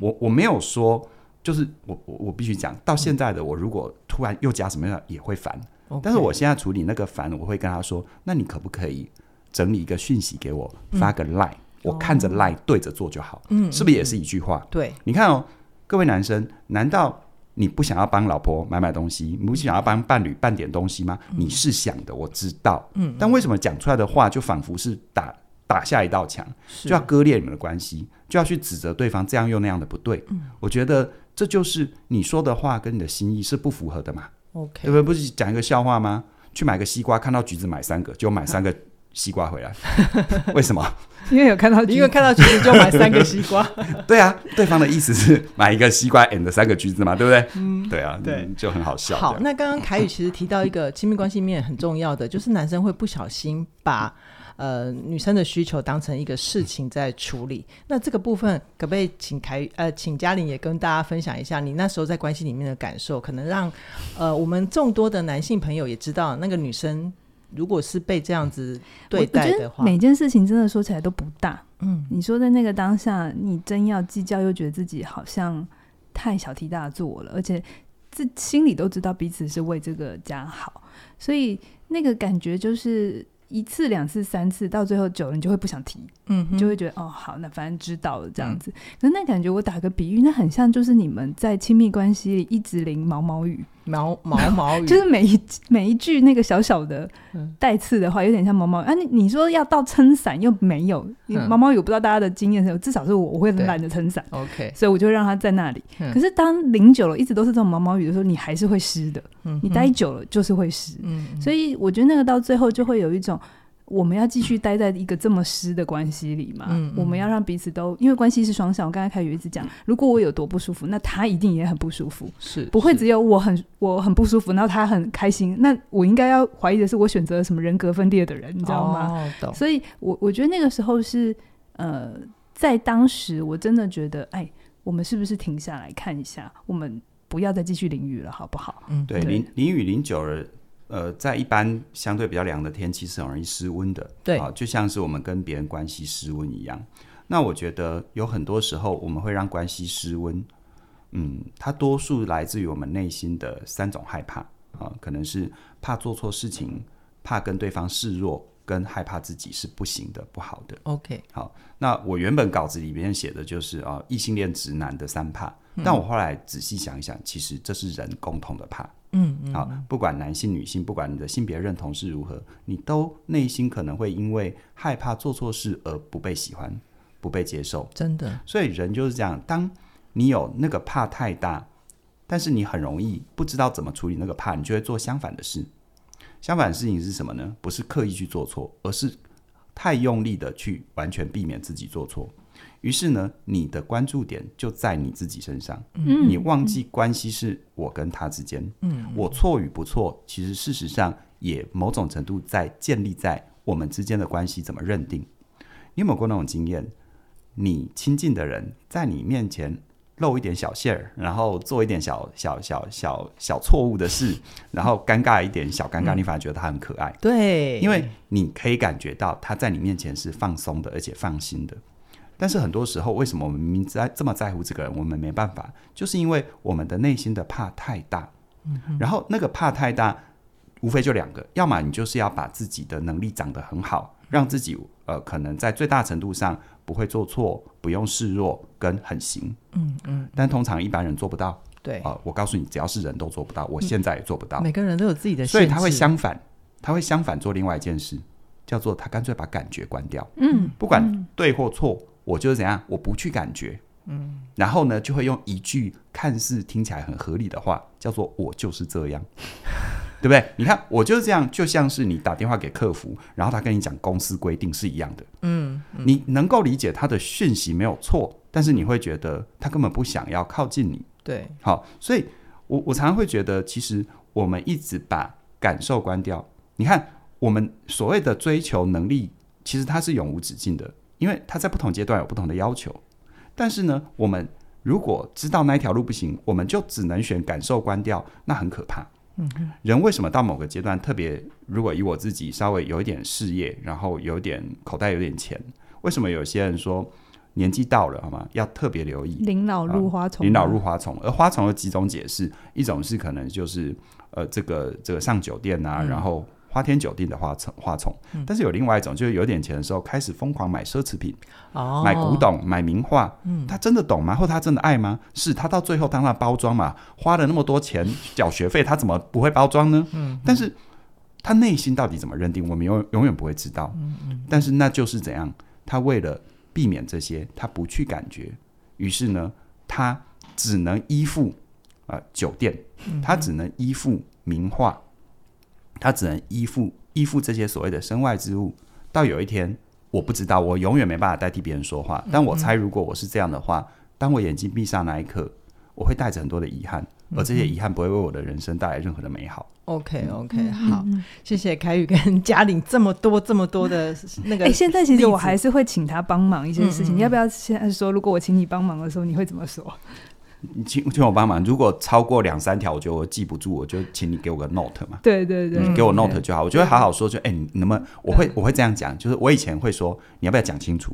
[SPEAKER 3] 我我没有说，就是我我我必须讲，到现在的我如果突然又加什么样也会烦，
[SPEAKER 1] OK，
[SPEAKER 3] 但是我现在处理那个烦，我会跟他说，那你可不可以整理一个讯息给我，发个 line，、我看着 line 对着做就好，
[SPEAKER 1] 嗯
[SPEAKER 3] 是不是也是一句话？
[SPEAKER 1] 对，
[SPEAKER 3] 你看哦，各位男生，难道你不想要帮老婆买买东西，你不想要帮伴侣办点东西吗？你是想的，我知道。嗯，但为什么讲出来的话就仿佛是打打下一道墙，
[SPEAKER 1] 是
[SPEAKER 3] 就要割裂你们的关系，就要去指责对方这样又那样的不对？嗯，我觉得这就是你说的话跟你的心意是不符合的嘛，对
[SPEAKER 1] OK，
[SPEAKER 3] 不对？不是讲一个笑话吗？去买个西瓜，看到橘子买三个，就买三个西瓜 回来，为什么？
[SPEAKER 2] 因为有看到橘子，
[SPEAKER 1] 因为看到橘子就买三个西瓜，
[SPEAKER 3] 对啊，对方的意思是买一个西瓜 and 三个橘子嘛，对不对？
[SPEAKER 1] 嗯，
[SPEAKER 3] 对啊，
[SPEAKER 1] 对
[SPEAKER 3] 嗯就很好笑。
[SPEAKER 1] 好，那刚刚凯宇其实提到一个亲密关系面很重要的，就是男生会不小心把呃女生的需求当成一个事情在处理。那这个部分，可不可以请凯宇呃，请嘉玲也跟大家分享一下你那时候在关系里面的感受，可能让呃我们众多的男性朋友也知道，那个女生如果是被这样子对待的
[SPEAKER 2] 我我觉得
[SPEAKER 1] 话，
[SPEAKER 2] 每件事情真的说起来都不大。
[SPEAKER 1] 嗯，
[SPEAKER 2] 你说在那个当下，你真要计较，又觉得自己好像太小题大做了，而且自心里都知道彼此是为这个家好，所以那个感觉就是一次、两次、三次，到最后久了，你就会不想提，
[SPEAKER 1] 嗯哼，
[SPEAKER 2] 就会觉得、哦，好，那反正知道了这样子。可是那感觉，我打个比喻，那很像就是你们在亲密关系里一直淋毛毛雨，
[SPEAKER 1] 毛 毛毛雨，
[SPEAKER 2] 就是每一每一句那个小小的
[SPEAKER 1] 嗯
[SPEAKER 2] 带刺的话，有点像毛毛雨啊。你你说要到撑伞又没有，你
[SPEAKER 1] 嗯
[SPEAKER 2] 毛毛雨我不知道大家的经验是有，至少是我我会
[SPEAKER 1] 对
[SPEAKER 2] 懒得撑伞，
[SPEAKER 1] OK，
[SPEAKER 2] 所以我就让它在那里。
[SPEAKER 1] 嗯
[SPEAKER 2] 可是当淋久了，一直都是这种毛毛雨的时候，你还是会湿的。
[SPEAKER 1] 嗯哼，
[SPEAKER 2] 你待久了就是会湿，
[SPEAKER 1] 嗯，嗯，
[SPEAKER 2] 所以我觉得那个到最后就会有一种。我们要继续待在一个这么湿的关系里嘛？
[SPEAKER 1] 嗯嗯
[SPEAKER 2] 我们要让彼此都，因为关系是双向。我刚才开始一直讲，如果我有多不舒服，那他一定也很不舒服。
[SPEAKER 1] 是
[SPEAKER 2] 不会
[SPEAKER 1] 是
[SPEAKER 2] 只有我很我很不舒服，然后他很开心。那我应该要怀疑的是，我选择了什么人格分裂的人，你知道吗？
[SPEAKER 1] 哦懂，
[SPEAKER 2] 所以我我觉得那个时候是呃，在当时我真的觉得，哎，我们是不是停下来看一下，我们不要再继续淋雨了，好不好？
[SPEAKER 1] 嗯，
[SPEAKER 3] 对，
[SPEAKER 2] 对
[SPEAKER 3] 淋淋雨淋久了，呃，在一般相对比较凉的天气是很容易失温的，
[SPEAKER 1] 对
[SPEAKER 3] 啊，就像是我们跟别人关系失温一样。那我觉得有很多时候我们会让关系失温，嗯，它多数来自于我们内心的三种害怕啊，可能是怕做错事情，怕跟对方示弱，跟害怕自己是不行的、不好的。
[SPEAKER 1] OK，
[SPEAKER 3] 那我原本稿子里面写的就是啊，呃异性恋直男的三怕，但我后来仔细想一想，其实这是人共同的怕。
[SPEAKER 1] 嗯嗯，
[SPEAKER 3] 好，不管男性、女性，不管你的性别认同是如何，你都内心可能会因为害怕做错事而不被喜欢、不被接受。
[SPEAKER 1] 真的，
[SPEAKER 3] 所以人就是这样，当你有那个怕太大，但是你很容易不知道怎么处理那个怕，你就会做相反的事。相反的事情是什么呢？不是刻意去做错，而是太用力的去完全避免自己做错。于是呢，你的关注点就在你自己身上，
[SPEAKER 2] 嗯
[SPEAKER 3] 你忘记关系是我跟他之间，
[SPEAKER 1] 嗯，
[SPEAKER 3] 我错与不错，其实事实上也某种程度在建立在我们之间的关系怎么认定。你有没有过那种经验？你亲近的人在你面前露一点小馅儿，然后做一点小小小小小错误的事，然后尴尬一点小尴尬，你反而觉得他很可爱，
[SPEAKER 1] 对，
[SPEAKER 3] 因为你可以感觉到他在你面前是放松的，而且放心的。但是很多时候，为什么我们明明在这么在乎这个人，我们没办法，就是因为我们的内心的怕太大。
[SPEAKER 1] 嗯
[SPEAKER 3] 然后那个怕太大，无非就两个，要么你就是要把自己的能力长得很好，让自己呃可能在最大程度上不会做错，不用示弱跟很行。
[SPEAKER 1] 嗯嗯，
[SPEAKER 3] 但通常一般人做不到
[SPEAKER 1] 对，
[SPEAKER 3] 啊、我告诉你，只要是人都做不到，
[SPEAKER 1] 嗯
[SPEAKER 3] 我现在也做不到。
[SPEAKER 1] 每个人都有自己的限制，
[SPEAKER 3] 所以他会相反，他会相反做另外一件事，叫做他干脆把感觉关掉，
[SPEAKER 2] 嗯，
[SPEAKER 3] 不管对或错，我就是怎样，我不去感觉，嗯，然后呢，就会用一句看似听起来很合理的话，叫做我就是这样。 对不对？你看，我就是这样，就像是你打电话给客服，然后他跟你讲公司规定是一样的，
[SPEAKER 1] 嗯，
[SPEAKER 3] 你能够理解他的讯息没有错，但是你会觉得他根本不想要靠近你，
[SPEAKER 1] 对，
[SPEAKER 3] 好，所以我我常常会觉得，其实我们一直把感受关掉。你看，我们所谓的追求能力，其实它是永无止境的，因为它在不同阶段有不同的要求。但是呢，我们如果知道那一条路不行，我们就只能选感受关掉，那很可怕。嗯，人为什么到某个阶段特别？如果以我自己稍微有一点事业，然后有点口袋有点钱，为什么有些人说年纪到了好吗？要特别留意，
[SPEAKER 2] 临老入花丛，
[SPEAKER 3] 引导入花丛，而花丛有几种解释，一种是可能就是呃这个这个上酒店啊，
[SPEAKER 1] 嗯
[SPEAKER 3] 然后花天酒地的花丛花丛，
[SPEAKER 2] 嗯
[SPEAKER 3] 但是有另外一种就是有点钱的时候开始疯狂买奢侈品，
[SPEAKER 1] 哦，
[SPEAKER 3] 买古，董，买名画，他真的懂吗？或他真的爱吗？是他到最后当他包装嘛，花了那么多钱缴学费，他怎么不会包装呢？但是他内心到底怎么认定，我们永永远不会知道。但是那就是怎样，他为了避免这些，他不去感觉，于是呢，他只能依附呃酒店，他只能依附名画，他只能依附依附这些所谓的身外之物，到有一天，我不知道，我永远没办法代替别人说
[SPEAKER 1] 嗯
[SPEAKER 3] 话。但我猜，如果我是这样的话，当我眼睛闭上那一刻，我会带着很多的遗憾，而
[SPEAKER 1] 嗯
[SPEAKER 3] 这些遗憾不会为我的人生带来任何的美好。
[SPEAKER 1] OK OK，、
[SPEAKER 2] 嗯
[SPEAKER 1] 好，，谢谢凯宇跟嘉玲这么多这么多的 那个
[SPEAKER 2] 哎、现在其
[SPEAKER 1] 例
[SPEAKER 2] 实
[SPEAKER 1] 子
[SPEAKER 2] 我还是会请他帮忙一些事
[SPEAKER 1] 嗯嗯
[SPEAKER 2] 情。
[SPEAKER 1] 嗯
[SPEAKER 2] 你要不要现在说，如果我请你帮忙的时候，你会怎么说？
[SPEAKER 3] 你请请我帮忙，如果超过两三条，我觉得我记不住，我就请你给我个 note 嘛。
[SPEAKER 2] 对对对，
[SPEAKER 3] 嗯你给我
[SPEAKER 1] OK
[SPEAKER 3] note 就好，我就会好好说，就哎、你能不能？我
[SPEAKER 1] 嗯
[SPEAKER 3] 会我会这样讲，就是我以前会说，你要不要讲清 楚？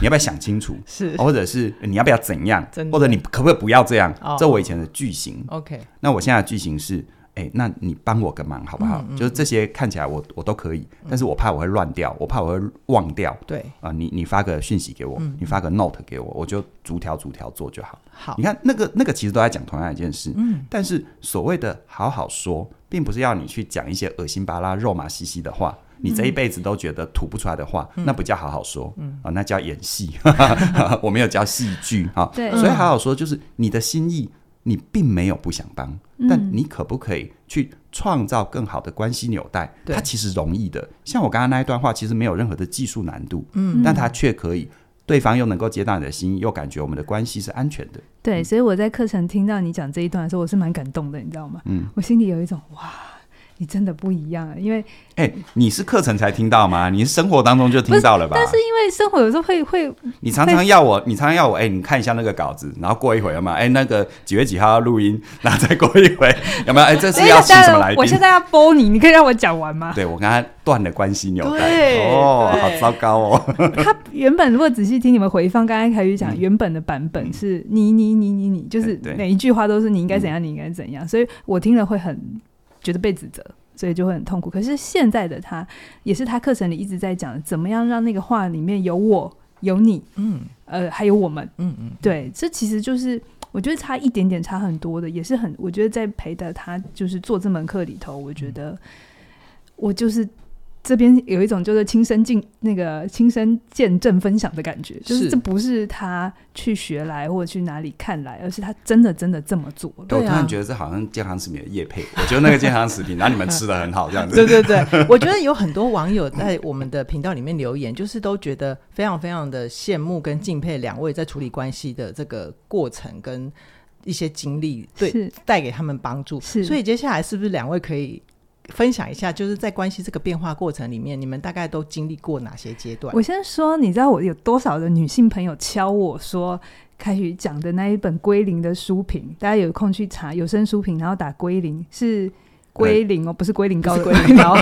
[SPEAKER 3] 你要不要想清楚？
[SPEAKER 1] 是
[SPEAKER 3] 或者是哎你要不要怎样
[SPEAKER 1] 真？的
[SPEAKER 3] 或者你可不可以不要这样
[SPEAKER 1] 哦？
[SPEAKER 3] 这我以前的句型。
[SPEAKER 1] OK，
[SPEAKER 3] 那我现在的句型是，哎，那你帮我个忙好不好？就是这些看起来我我都可以，但是我怕我会乱掉，我怕我会忘掉
[SPEAKER 1] 对，
[SPEAKER 3] 啊。你你发个讯息给我，你发个 note 给我，我就逐条逐条做就好。
[SPEAKER 1] 好嗯
[SPEAKER 3] 你，看那个那个其实都在讲同样一件事，但是所谓的好好说，并不是要你去讲一些恶心巴拉、肉麻兮兮的话。
[SPEAKER 1] 嗯
[SPEAKER 3] 你这一辈子都觉得吐不出来的话，那不叫好好说，
[SPEAKER 1] 嗯
[SPEAKER 3] 啊，那叫演戏。 我没有叫戏剧啊，
[SPEAKER 2] 对
[SPEAKER 3] 所以好好说就是你的心意，你并没有不想帮，
[SPEAKER 1] 嗯
[SPEAKER 3] 但你可不可以去创造更好的关系纽带？
[SPEAKER 1] 对
[SPEAKER 3] 它其实容易的。像我刚刚那一段话，其实没有任何的技术难度，嗯，但它却可以，对方又能够接到你的心意，又感觉我们的关系是安全的。
[SPEAKER 2] 对，所以我在课程听到你讲这一段的时候，我是蛮感动的，你知道吗？
[SPEAKER 3] 嗯，
[SPEAKER 2] 我心里有一种哇，你真的不一样啊，因为
[SPEAKER 3] 哎、你是课程才听到吗？你是生活当中就听到了吧？
[SPEAKER 2] 但是因为生活有时候会会
[SPEAKER 3] 你常常要我，你常常要我，哎、你看一下那个稿子，然后过一会儿嘛，哎、那个几月几号要录音， 然后再过一会儿有没有？哎、这
[SPEAKER 2] 所
[SPEAKER 3] 次
[SPEAKER 2] 以
[SPEAKER 3] 要请什么
[SPEAKER 2] 当然
[SPEAKER 3] 来
[SPEAKER 2] 我现
[SPEAKER 3] 宾？
[SPEAKER 2] 在要播你，你可以让我讲完 吗？
[SPEAKER 3] 对，我跟他断了关系纽带，
[SPEAKER 1] 对
[SPEAKER 3] 哦，
[SPEAKER 1] 对
[SPEAKER 3] 好糟糕哦。
[SPEAKER 2] 他原本如果仔细听你们回放，刚才凯宇讲原本的版本是你你你你你，就是
[SPEAKER 3] 嗯哎对
[SPEAKER 2] 每一句话都是你应该怎样，你应该怎样，所以我听了会很觉得被指责。所以就会很痛苦。可是现在的他，也是他课程里一直在讲，怎么样让那个话里面有我、有你，
[SPEAKER 1] 嗯
[SPEAKER 2] 呃，还有我们，
[SPEAKER 1] 嗯 嗯，
[SPEAKER 2] 对，这其实就是我觉得差一点点，差很多的，也是很，我觉得在陪着他就是做这门课里头，我
[SPEAKER 1] 嗯
[SPEAKER 2] 觉得我就是这边有一种就是亲身经那个亲身见证分享的感觉，就是
[SPEAKER 1] 是
[SPEAKER 2] 这不是他去学来或者去哪里看来，而是他真的真的这么做了。
[SPEAKER 1] 对啊
[SPEAKER 3] 我突然觉得这好像健康食品的叶配，我觉得那个健康食品，然后你们吃的很好这样子。
[SPEAKER 1] 对对对，我觉得有很多网友在我们的频道里面留言，就是都觉得非常非常的羡慕跟敬佩两位在处理关系的这个过程跟一些经历，对，
[SPEAKER 2] 是
[SPEAKER 1] 带给他们帮助。
[SPEAKER 2] 是
[SPEAKER 1] 所以接下来是不是两位可以分享一下，就是在关系这个变化过程里面，你们大概都经历过哪些阶段
[SPEAKER 2] 我？先说，你知道我有多少的女性朋友敲我说，开始讲的那一本归零的书评，大家有空去查有声书评，然后打归零是归零哦，不是归零高的归零高。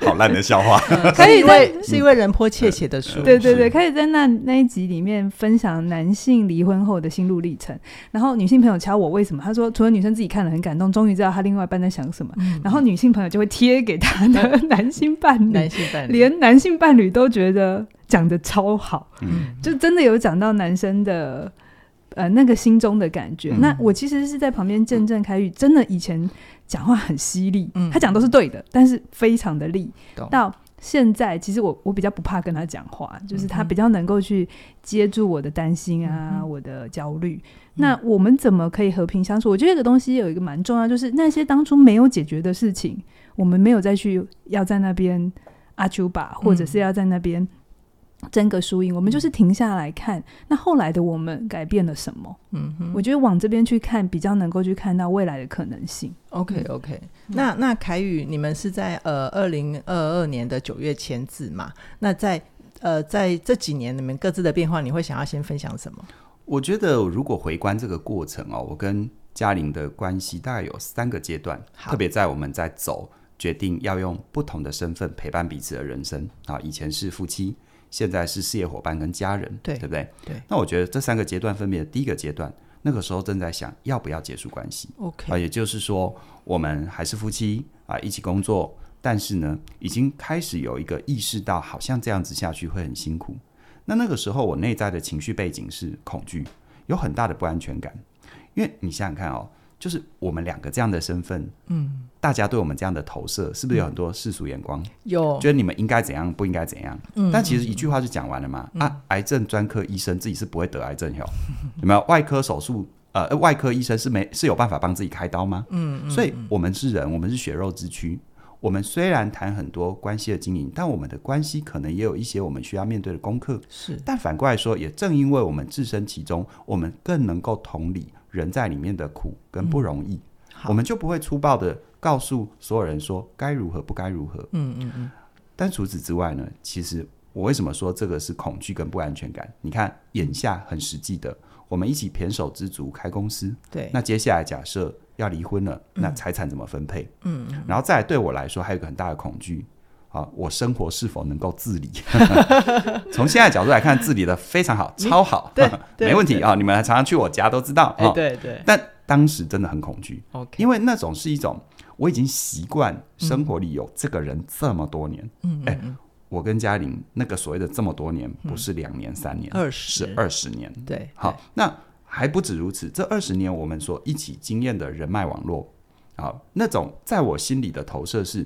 [SPEAKER 3] 好烂的笑话，
[SPEAKER 1] 可
[SPEAKER 2] 可以
[SPEAKER 1] 以
[SPEAKER 2] 在嗯
[SPEAKER 1] 为是一位人坡切写的书，
[SPEAKER 2] 对对对，
[SPEAKER 3] 是
[SPEAKER 2] 开始在那那一集里面分享男性离婚后的心路历程。然后女性朋友敲我为什么？她说除了女生自己看了很感动，终于知道她另外一半在想什么。然后女性朋友就会贴给她的 男性伴
[SPEAKER 1] 男
[SPEAKER 2] 侣，
[SPEAKER 1] 性伴侣，
[SPEAKER 2] 连男性伴侣都觉得讲的超好。
[SPEAKER 3] 嗯，
[SPEAKER 2] 就真的有讲到男生的呃那个心中的感觉。
[SPEAKER 3] 嗯
[SPEAKER 2] 那我其实是在旁边见证开宇，真的以前讲话很犀利，
[SPEAKER 1] 嗯
[SPEAKER 2] 他讲都是对的，但是非常的利
[SPEAKER 1] 懂。
[SPEAKER 2] 到现在，其实我我比较不怕跟他讲话，就是他
[SPEAKER 1] 嗯哼
[SPEAKER 2] 比较能够去接住我的担心啊，
[SPEAKER 1] 嗯哼嗯
[SPEAKER 2] 我的焦虑。那我们怎么可以和平相处？我觉得这个东西有一个蛮重要，就是那些当初没有解决的事情，我们没有再去要在那边阿丘吧，或者是
[SPEAKER 1] 嗯
[SPEAKER 2] 要在那边争个输赢，我们就是停下来看，那后来的我们改变了什么？
[SPEAKER 1] 嗯哼
[SPEAKER 2] 我觉得往这边去看，比较能够去看到未来的可能性。
[SPEAKER 1] ，OK
[SPEAKER 2] 嗯
[SPEAKER 1] OK。那那凯宇，你们是在呃二零二二年的九月签字嘛？那在呃在这几年你们各自的变化，你会想要先分享什么？
[SPEAKER 3] 我觉得如果回观这个过程哦，我跟嘉玲的关系大概有三个阶段，
[SPEAKER 1] 好
[SPEAKER 3] 特别在我们在走决定要用不同的身份陪伴彼此的人生啊，以前是夫妻，现在是事业伙伴跟家人，
[SPEAKER 1] 对
[SPEAKER 3] 对不对？
[SPEAKER 1] 对
[SPEAKER 3] 那我觉得这三个阶段分别，第一个阶段，那个时候正在想要不要结束关系，啊，
[SPEAKER 1] ，OK，
[SPEAKER 3] 也就是说，我们还是夫妻啊，一起工作，但是呢，已经开始有一个意识到，好像这样子下去会很辛苦。那那个时候，我内在的情绪背景是恐惧，有很大的不安全感，因为你想想看哦，就是我们两个这样的身份，嗯，大家对我们这样的投射，是不是有很多世俗眼光，
[SPEAKER 1] 有嗯
[SPEAKER 3] 觉得你们应该怎样，不应该怎样？但其实一句话就讲完了嘛。啊，癌症专科医生自己是不会得癌症哟，哦 有没有？外科手术，呃，呃外科医生是没是有办法帮自己开刀吗？嗯，所以我们是人，我们是血肉之躯，我们虽然谈很多关系的经营，但我们的关系可能也有一些我们需要面对的功课。
[SPEAKER 1] 是
[SPEAKER 3] 但反过来说，也正因为我们置身其中，我们更能够同理人在里面的苦跟不容易，
[SPEAKER 1] 好
[SPEAKER 3] 我们就不会粗暴的告诉所有人说该如何不该如何。
[SPEAKER 1] 嗯嗯嗯，
[SPEAKER 3] 但除此之外呢，其实我为什么说这个是恐惧跟不安全感？你看，眼下很实际的，我们一起胼手知足开公司，
[SPEAKER 1] 对，
[SPEAKER 3] 那接下来假设要离婚了，那财产怎么分配？
[SPEAKER 1] 嗯，
[SPEAKER 3] 然后再来对我来说还有一个很大的恐惧。啊，我生活是否能够自理？ 从现在角度来看，自理的非常好，超好，
[SPEAKER 1] 对对
[SPEAKER 3] 没问题
[SPEAKER 1] 对
[SPEAKER 3] 啊！你们常常去我家都知道啊。
[SPEAKER 1] 哎、对对
[SPEAKER 3] 但当时真的很恐惧，
[SPEAKER 1] ，OK，
[SPEAKER 3] 因为那种是一种我已经习惯生活里有这个人这么多年。
[SPEAKER 1] 嗯
[SPEAKER 3] 哎我跟嘉玲那个所谓的这么多年，不是两年、三年，
[SPEAKER 1] 二
[SPEAKER 3] 是
[SPEAKER 1] 十，
[SPEAKER 3] 二哎十年。
[SPEAKER 1] 对，
[SPEAKER 3] 好，那还不止如此，这二十年我们所一起经验的人脉网络，好，那种在我心里的投射是，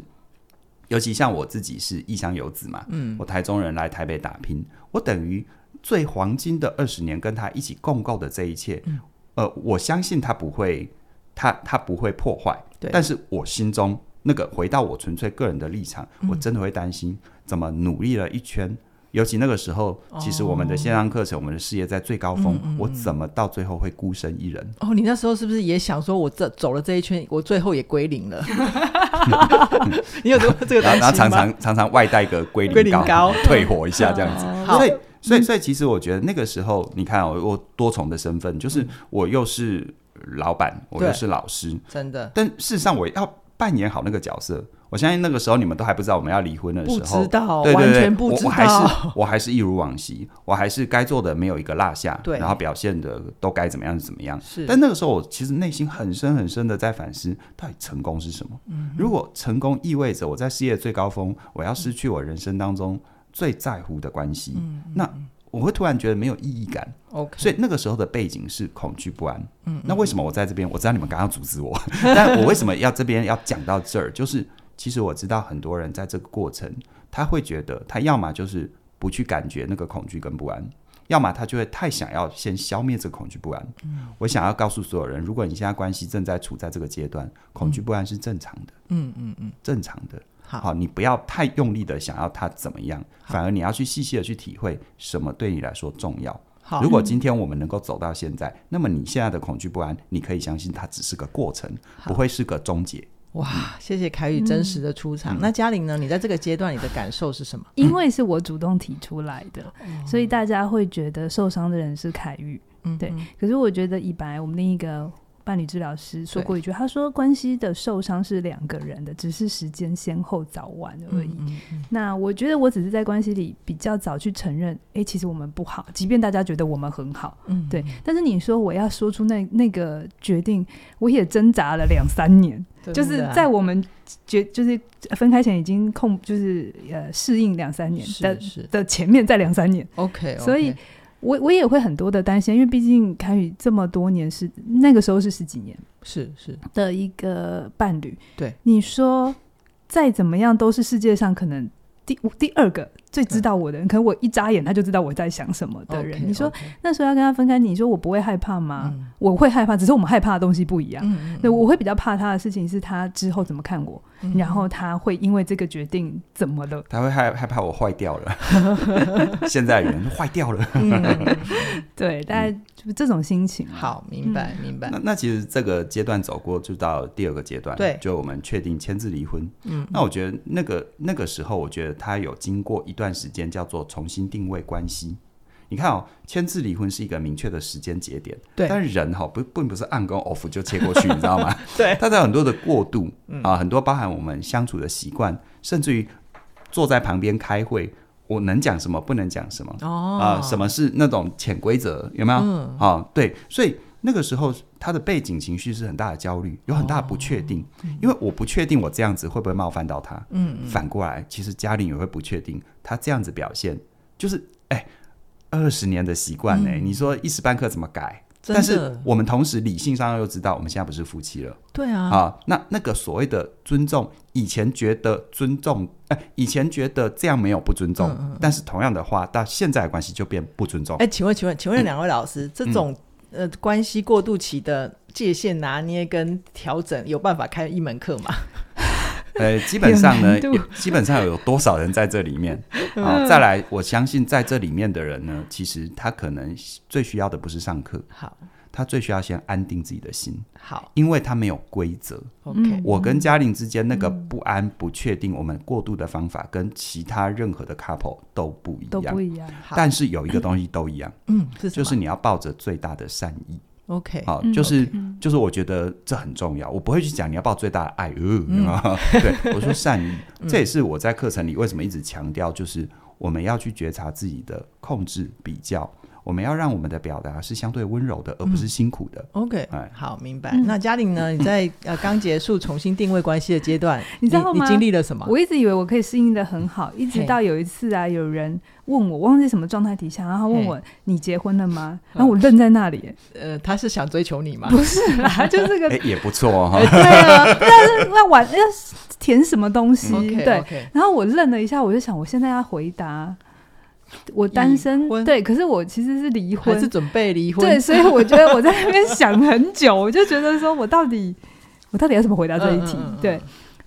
[SPEAKER 3] 尤其像我自己是异乡游子嘛，嗯，我台中人来台北打拼，我等于最黄金的二十年跟他一起共构的这一切，
[SPEAKER 1] 嗯
[SPEAKER 3] 呃，我相信他不会，他他不会破坏，
[SPEAKER 1] 对
[SPEAKER 3] 但是我心中。那个回到我纯粹个人的立场，
[SPEAKER 1] 嗯
[SPEAKER 3] 我真的会担心，怎么努力了一圈，尤其那个时候，其实我们的线上课程，我们的事业在最高
[SPEAKER 1] 哦嗯
[SPEAKER 3] 峰，我怎么到最后会孤身一人？
[SPEAKER 1] 哦，你那时候是不是也想说，我这走了这一圈，我最后也归零 了？你有这个这个
[SPEAKER 3] 然
[SPEAKER 1] 担
[SPEAKER 3] 后，
[SPEAKER 1] 心吗？
[SPEAKER 3] 然后常常常常外带个归
[SPEAKER 1] 龟
[SPEAKER 3] 零
[SPEAKER 1] 苓
[SPEAKER 3] 膏，
[SPEAKER 1] 膏
[SPEAKER 3] 退火一下这样子。
[SPEAKER 1] 好嗯
[SPEAKER 3] 所以，所以，所以，其实我觉得那个时候，你看、哦，我多重的身份，就是我又是老板，我又
[SPEAKER 1] 嗯对
[SPEAKER 3] 是老师，
[SPEAKER 1] 真的
[SPEAKER 3] 但事实上我要扮演好那个角色。我相信那个时候你们都还不知道我们要离婚的
[SPEAKER 1] 不
[SPEAKER 3] 时候，
[SPEAKER 1] 知道，
[SPEAKER 3] 对对
[SPEAKER 1] 完
[SPEAKER 3] 对
[SPEAKER 1] 全不知
[SPEAKER 3] 我我还
[SPEAKER 1] 道。
[SPEAKER 3] 是我还是一如往昔，我还是该做的没有一个落下，
[SPEAKER 1] 对
[SPEAKER 3] 然后表现的都该怎么样就怎么样。
[SPEAKER 1] 是
[SPEAKER 3] 但那个时候我其实内心很深很深的在反思，到底成功是什么？如果成功意味着我在事业最高峰，我要失去我人生当中最在乎的关系，那我会突然觉得没有意义感。
[SPEAKER 1] OK，
[SPEAKER 3] 所以那个时候的背景是恐惧不安。嗯那为什么我在这边？我知道你们刚刚阻止我， 但我为什么要这边要讲到这儿？就是其实我知道很多人在这个过程，他会觉得他要么就是不去感觉那个恐惧跟不安。要么他就会太想要先消灭这个恐惧不安。嗯、我想要告诉所有人，如果你现在关系正在处在这个阶段，恐惧不安是正常的，
[SPEAKER 1] 嗯嗯嗯，
[SPEAKER 3] 正常的。
[SPEAKER 1] 好，
[SPEAKER 3] 好，你不要太用力的想要他怎么样，反而你要去细细的去体会什么对你来说重要。
[SPEAKER 1] 好，
[SPEAKER 3] 如果今天我们能够走到现在，那么你现在的恐惧不安，你可以相信它只是个过程，
[SPEAKER 1] 好
[SPEAKER 3] 不会是个终结。
[SPEAKER 1] 哇，谢谢凯宇真实的出
[SPEAKER 3] 嗯
[SPEAKER 1] 场。那嘉玲呢？你在这个阶段，你的感受是什么？
[SPEAKER 2] 因为是我主动提出来的，
[SPEAKER 1] 哦
[SPEAKER 2] 所以大家会觉得受伤的人是凯玉。
[SPEAKER 1] 嗯，
[SPEAKER 2] 对
[SPEAKER 1] 嗯
[SPEAKER 2] 可是我觉得以白，我们另一个伴侣治疗师说过一句，他说关系的受伤是两个人的，只是时间先后早晚而已。
[SPEAKER 1] 嗯嗯
[SPEAKER 2] 那我觉得我只是在关系里比较早去承认，诶，其实我们不好，即便大家觉得我们很好，
[SPEAKER 1] 嗯，
[SPEAKER 2] 对。但是你说我要说出那那个决定，我也挣扎了两三年。
[SPEAKER 1] 对，
[SPEAKER 2] 就是
[SPEAKER 1] 真的啊
[SPEAKER 2] 在我们觉就是分开前已经控就是呃适应两三年的
[SPEAKER 1] 是是
[SPEAKER 2] 的前面再两三年，
[SPEAKER 1] OK，
[SPEAKER 2] 所以我我也会很多的担心，因为毕竟凯宇这么多年是那个时候是十几年
[SPEAKER 1] 是是
[SPEAKER 2] 的一个伴侣，
[SPEAKER 1] 对
[SPEAKER 2] 你说再怎么样都是世界上可能第五第二个最知道我的人，可能我一眨眼他就知道我在想什么的人，
[SPEAKER 1] OK，
[SPEAKER 2] 你说
[SPEAKER 1] OK
[SPEAKER 2] 那时候要跟他分开，你说我不会害怕吗？
[SPEAKER 1] 嗯
[SPEAKER 2] 我会害怕，只是我们害怕的东西不一样。
[SPEAKER 1] 嗯嗯
[SPEAKER 2] 对，我会比较怕他的事情是他之后怎么看我，
[SPEAKER 1] 嗯
[SPEAKER 2] 然后他会因为这个决定怎么了？
[SPEAKER 3] 他会害害怕我坏掉了， 现在人坏掉了。
[SPEAKER 1] 嗯
[SPEAKER 2] 嗯对，大概就是这种心情。，啊
[SPEAKER 1] 好，明
[SPEAKER 2] 嗯
[SPEAKER 1] 白明白
[SPEAKER 3] 那，那其实这个阶段走过，就到第二个阶段，
[SPEAKER 1] 对
[SPEAKER 3] 就我们确定签字离婚。
[SPEAKER 1] 嗯，
[SPEAKER 3] 那我觉得那个那个时候，我觉得他有经过一段时间叫做重新定位关系。你看哦，签字离婚是一个明确的时间节点，
[SPEAKER 1] 对
[SPEAKER 3] 但是人哈、不并不是按跟 off 就切过去，你知道吗？
[SPEAKER 1] 对，
[SPEAKER 3] 它在很多的过渡
[SPEAKER 1] 嗯
[SPEAKER 3] 啊，很多包含我们相处的习惯，甚至于坐在旁边开会，我能讲什么，不能讲什么
[SPEAKER 1] 哦
[SPEAKER 3] 啊、什么是那种潜规则，有没有？
[SPEAKER 1] 嗯
[SPEAKER 3] 啊，对，所以那个时候他的背景情绪是很大的焦虑，有很大的不确定，因为我不确定我这样子会不会冒犯到他。
[SPEAKER 1] 哦嗯，
[SPEAKER 3] 反过来，其实嘉玲也会不确定他这样子表现，就是哎，二十年的习惯呢，哎你说一时半刻怎么改？
[SPEAKER 1] 嗯真
[SPEAKER 3] 但是
[SPEAKER 1] 的
[SPEAKER 3] 我们同时理性上又知道，我们现在不是夫妻了。
[SPEAKER 1] 对啊，
[SPEAKER 3] 啊，那那个所谓的尊重，以前觉得尊重，哎、以前觉得这样没有不尊重，
[SPEAKER 1] 嗯嗯嗯
[SPEAKER 3] 但是同样的话，到现在的关系就变不尊重。
[SPEAKER 1] 哎，请问请问请问两位老
[SPEAKER 3] 嗯
[SPEAKER 1] 师，这种呃关系过啊渡期的界限拿捏跟调整，有办法开一门课吗？
[SPEAKER 3] 呃，基本上呢
[SPEAKER 2] 有难度，
[SPEAKER 3] 基本上有多少人在这里面？啊，再来，我相信在这里面的人呢，其实他可能最需要的不是上课，
[SPEAKER 1] 好
[SPEAKER 3] 他最需要先安定自己的心，
[SPEAKER 1] 好
[SPEAKER 3] 因为他没有规则。
[SPEAKER 1] 嗯，OK，
[SPEAKER 2] 嗯
[SPEAKER 3] 我跟嘉玲之间那个不安、不确定，我们过度的方法跟其他任何的 couple 都不一
[SPEAKER 2] 都不
[SPEAKER 3] 样。
[SPEAKER 2] 一样。
[SPEAKER 1] 好，
[SPEAKER 3] 但是有一个东西都一样，
[SPEAKER 1] 嗯，是什
[SPEAKER 3] 就
[SPEAKER 1] 么
[SPEAKER 3] 是你要抱着最大的善意。
[SPEAKER 1] OK，
[SPEAKER 3] 好、
[SPEAKER 2] 嗯
[SPEAKER 3] 就是、
[SPEAKER 2] 嗯
[SPEAKER 3] 就是我觉得这很重要，我不会去讲你要抱最大的爱，呃， 对我说善意，这也是我在课程里为什么一直强调，就是我们要去觉察自己的控制比较，我们要让我们的表达是相对温柔的，而不是辛苦的。
[SPEAKER 1] OK，
[SPEAKER 3] 哎
[SPEAKER 1] 好，明白。
[SPEAKER 2] 嗯
[SPEAKER 1] 那嘉玲呢？你在呃刚结束重新定位关系的阶 段，
[SPEAKER 2] 你知道
[SPEAKER 1] 你
[SPEAKER 2] 吗
[SPEAKER 1] 经历了什么？
[SPEAKER 2] 我一直以为我可以适应的很好，一直
[SPEAKER 1] 嘿
[SPEAKER 2] 到有一次啊，有人问我忘记什么状态底下，然后他问
[SPEAKER 1] 嘿
[SPEAKER 2] 我你结婚了吗？
[SPEAKER 1] 嗯啊
[SPEAKER 2] 然后我愣在那里，
[SPEAKER 1] 呃，他是想追求你吗？
[SPEAKER 2] 不是啦，就 这个
[SPEAKER 3] 哎、也不错哦哈、
[SPEAKER 2] 对啊，但是那玩要填什么东
[SPEAKER 3] 嗯
[SPEAKER 2] 西？
[SPEAKER 1] 嗯 OK，
[SPEAKER 2] 对，
[SPEAKER 1] OK，
[SPEAKER 2] 然后我愣了一下，我就想，我现在要回答我单身
[SPEAKER 1] 已婚，
[SPEAKER 2] 对，可是我其实是离
[SPEAKER 1] 还是
[SPEAKER 2] 婚，
[SPEAKER 1] 准备离婚？
[SPEAKER 2] 对，所以我觉得我在那边想很久，我就觉得说我到底我到底要怎么回答这一题？
[SPEAKER 1] 嗯嗯嗯嗯哎
[SPEAKER 2] 对，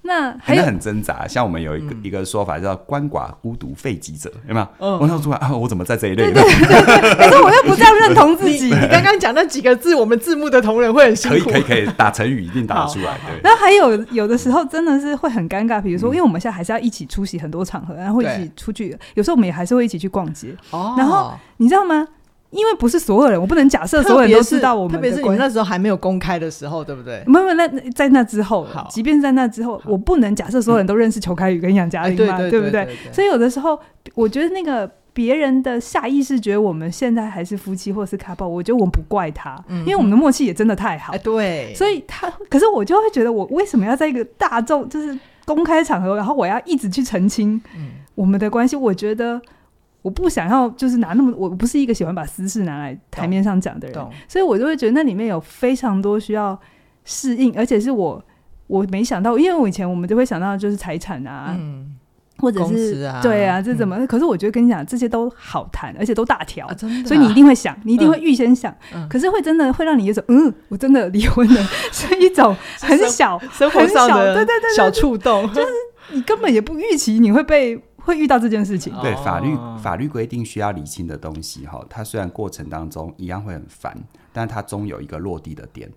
[SPEAKER 2] 那还
[SPEAKER 3] 还是
[SPEAKER 2] 有
[SPEAKER 3] 很挣扎，像我们有一个、一个说法叫“鳏寡孤独废疾者”，有没有？
[SPEAKER 1] 嗯
[SPEAKER 3] 我想出来啊，我怎么在这一类？
[SPEAKER 2] 可是我又不这样认同自
[SPEAKER 1] 你
[SPEAKER 2] 己。
[SPEAKER 1] 你刚刚讲那几个字，我们字幕的同仁会很辛
[SPEAKER 3] 可以
[SPEAKER 1] 苦。
[SPEAKER 3] 可以可以，打成语一定打得出来。对，
[SPEAKER 2] 然后还有有的时候真的是会很尴尬，比
[SPEAKER 1] 嗯
[SPEAKER 2] 如说，因为我们现在还是要一起出席很多场合，然后会一起出去，有时候我们也还是会一起去逛街，
[SPEAKER 1] 哦
[SPEAKER 2] 然后你知道吗？因为不是所有人，我不能假设所有
[SPEAKER 1] 特
[SPEAKER 2] 人
[SPEAKER 1] 别
[SPEAKER 2] 都
[SPEAKER 1] 是
[SPEAKER 2] 知道我
[SPEAKER 1] 特
[SPEAKER 2] 们
[SPEAKER 1] 别
[SPEAKER 2] 的
[SPEAKER 1] 是你们
[SPEAKER 2] 关系。
[SPEAKER 1] 那时候还没有公开的时候，对不对？
[SPEAKER 2] 没有没有，那在那之后
[SPEAKER 1] 好，
[SPEAKER 2] 即便在那之后，我不能假设所有人都认识裘开宇跟杨嘉
[SPEAKER 1] 哎
[SPEAKER 2] 玲
[SPEAKER 1] 对
[SPEAKER 2] 嘛，
[SPEAKER 1] 对
[SPEAKER 2] 不对？
[SPEAKER 1] 对？
[SPEAKER 2] 所以有的时候，我觉得那个别人的下意识觉得我们现在还是夫妻或是 couple，我觉得我们不怪他，
[SPEAKER 1] 嗯
[SPEAKER 2] 因为我们的默契也真的太好
[SPEAKER 1] 哎，，对，
[SPEAKER 2] 所以他，可是我就会觉得，我为什么要在一个大众就是公开场合，然后我要一直去澄清
[SPEAKER 1] 嗯
[SPEAKER 2] 我们的关系？我觉得我不想要，就是拿那么，我不是一个喜欢把私事拿来台面上讲的人
[SPEAKER 1] 懂，
[SPEAKER 2] 所以我就会觉得那里面有非常多需要适应，而且是我我没想到，因为我以前我们就会想到就是财产啊，
[SPEAKER 1] 嗯
[SPEAKER 2] 或者
[SPEAKER 1] 公
[SPEAKER 2] 是
[SPEAKER 1] 司啊
[SPEAKER 2] 对啊，这怎么？可是我觉得跟你讲，这些都好谈，而且都大条
[SPEAKER 1] 啊，。真 的啊，
[SPEAKER 2] 所以你一定会想，你一定
[SPEAKER 1] 嗯
[SPEAKER 2] 会预先想，
[SPEAKER 1] 嗯
[SPEAKER 2] 可是会真的会让你有一种，嗯，我真的离婚了，是 一种很小，
[SPEAKER 1] 生活上
[SPEAKER 2] 很小
[SPEAKER 1] 的
[SPEAKER 2] 对对对对
[SPEAKER 1] 小触动，
[SPEAKER 2] 你根本也不预期你会被会遇到这件事情。
[SPEAKER 3] 对法律
[SPEAKER 1] 哦
[SPEAKER 3] 法律规定需要厘清的东西哈，它虽然过程当中一样会很烦，但它终有一个落地的点。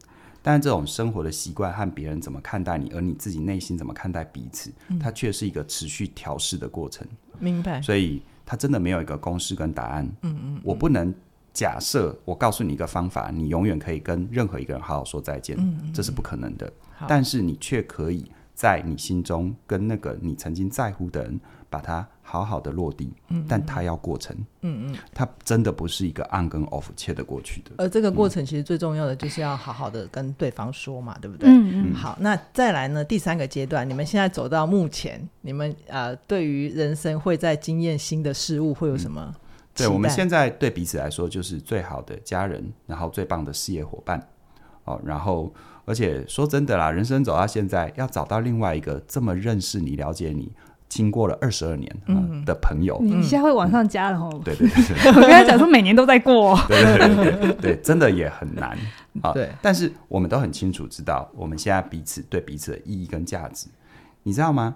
[SPEAKER 3] 但这种生活的习惯和别人怎么看待你，而你自己内心怎么看待彼此，它却是一个持续调试的过程。
[SPEAKER 1] 明白？
[SPEAKER 3] 所以它真的没有一个公式跟答案。嗯嗯，我不能假设我告诉你一个方法，你永远可以跟任何一个人好好说再见，这是不可能的
[SPEAKER 1] 好。
[SPEAKER 3] 但是你却可以在你心中跟那个你曾经在乎的人，把它好好的落地。嗯但它要过程。嗯嗯，它真的不是一个 on 跟 off 切得过去的。
[SPEAKER 1] 而呃这个过程其实最重要的就是要好好的跟对方说嘛，对不对？
[SPEAKER 2] 嗯嗯，
[SPEAKER 1] 好，那再来呢？第三个阶段，你们现在走到目前，你们呃，对于人生会在经验新的事物会有什么期待？
[SPEAKER 3] 对，我们现在对彼此来说就是最好的家人，然后最棒的事业伙伴，哦，然后而且说真的啦，人生走到现在，要找到另外一个这么认识你、了解你，经过了二十二年、啊
[SPEAKER 1] 嗯
[SPEAKER 3] 的朋友，
[SPEAKER 2] 嗯你现在会往上加了吼。
[SPEAKER 3] 对对对 对
[SPEAKER 2] 我跟他讲说，每年都在过，哦
[SPEAKER 3] 对 对对对对对，真的也很难啊。
[SPEAKER 1] 对
[SPEAKER 3] 但是我们都很清楚知道，我们现在彼此对彼此的意义跟价值，你知道吗？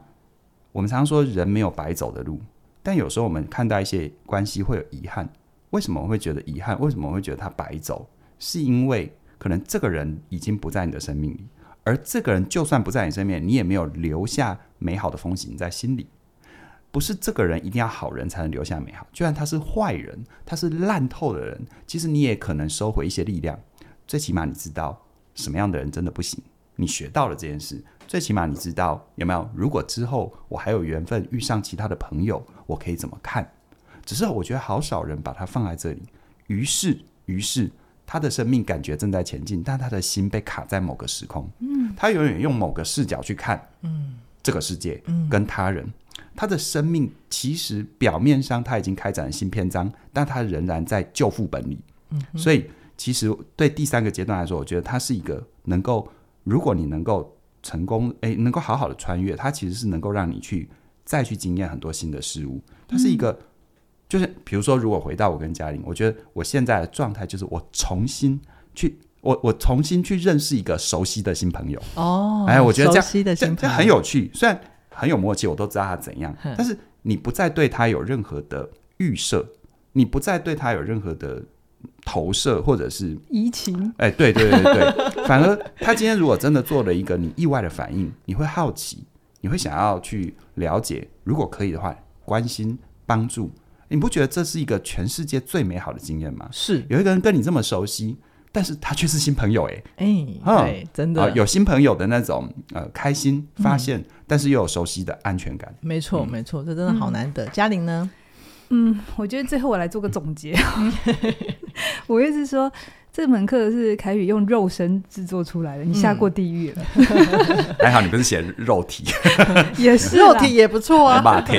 [SPEAKER 3] 我们常说人没有白走的路，但有时候我们看待一些关系会有遗憾。为什么我会觉得遗憾？为什么我会觉得他白走？是因为可能这个人已经不在你的生命里，而这个人就算不在你身边，你也没有留下美好的风景在心里。不是这个人一定要好人才能留下美好，就算他是坏人，他是烂透的人，其实你也可能收回一些力量。最起码你知道什么样的人真的不行，你学到了这件事。最起码你知道有没有？如果之后我还有缘分遇上其他的朋友，我可以怎么看？只是我觉得好少人把它放在这里。于是，于是他的生命感觉正在前进，但他的心被卡在某个时空。嗯，他永远用某个视角去看，嗯，这个世界，嗯，跟他人。他的生命其实表面上他已经开展了新篇章，但他仍然在旧副本里。嗯，所以其实对第三个阶段来说，我觉得它是一个能够，如果你能够成功，诶，能够好好的穿越，它其实是能够让你去再去经验很多新的事物。它是一个，就是比如说，如果回到我跟嘉玲，我觉得我现在的状态就是我重新去我我重新去认识一个熟悉的新朋友，
[SPEAKER 1] 哦，
[SPEAKER 3] 哎我觉得这样
[SPEAKER 1] 熟悉的
[SPEAKER 3] 这
[SPEAKER 1] 新
[SPEAKER 3] 这
[SPEAKER 1] 朋友
[SPEAKER 3] 很有趣。虽然很有默契，我都知道他怎样
[SPEAKER 1] 哼，
[SPEAKER 3] 但是你不再对他有任何的预设，你不再对他有任何的投射，或者是
[SPEAKER 2] 移
[SPEAKER 1] 嗯
[SPEAKER 2] 情，
[SPEAKER 3] 哎，对对对对， 反而他今天如果真的做了一个你意外的反应，你会好奇，你会想要去了解，如果可以的话，关心帮助，你不觉得这是一个全世界最美好的经验吗？
[SPEAKER 1] 是，
[SPEAKER 3] 有一个人跟你这么熟悉，但是他却是新朋友、诶，
[SPEAKER 1] 哎、
[SPEAKER 3] 嗯
[SPEAKER 1] 对，嗯真
[SPEAKER 3] 哎，啊、
[SPEAKER 1] 的、
[SPEAKER 3] 有新朋友的那种呃开心发现，但是又有熟悉的安全感。
[SPEAKER 1] 没错，
[SPEAKER 3] 嗯
[SPEAKER 1] 没错，这真的好难得。嘉玲呢？
[SPEAKER 2] 嗯，我觉得最后我来做个总结。
[SPEAKER 1] 嗯
[SPEAKER 2] 我意思是说，这门课是凯宇用肉身制作出来的，你下
[SPEAKER 1] 嗯
[SPEAKER 2] 过地狱了，
[SPEAKER 3] 还哎好你不是写肉 体
[SPEAKER 2] 也是啦
[SPEAKER 1] 肉体也不错啊，
[SPEAKER 3] 马蹄，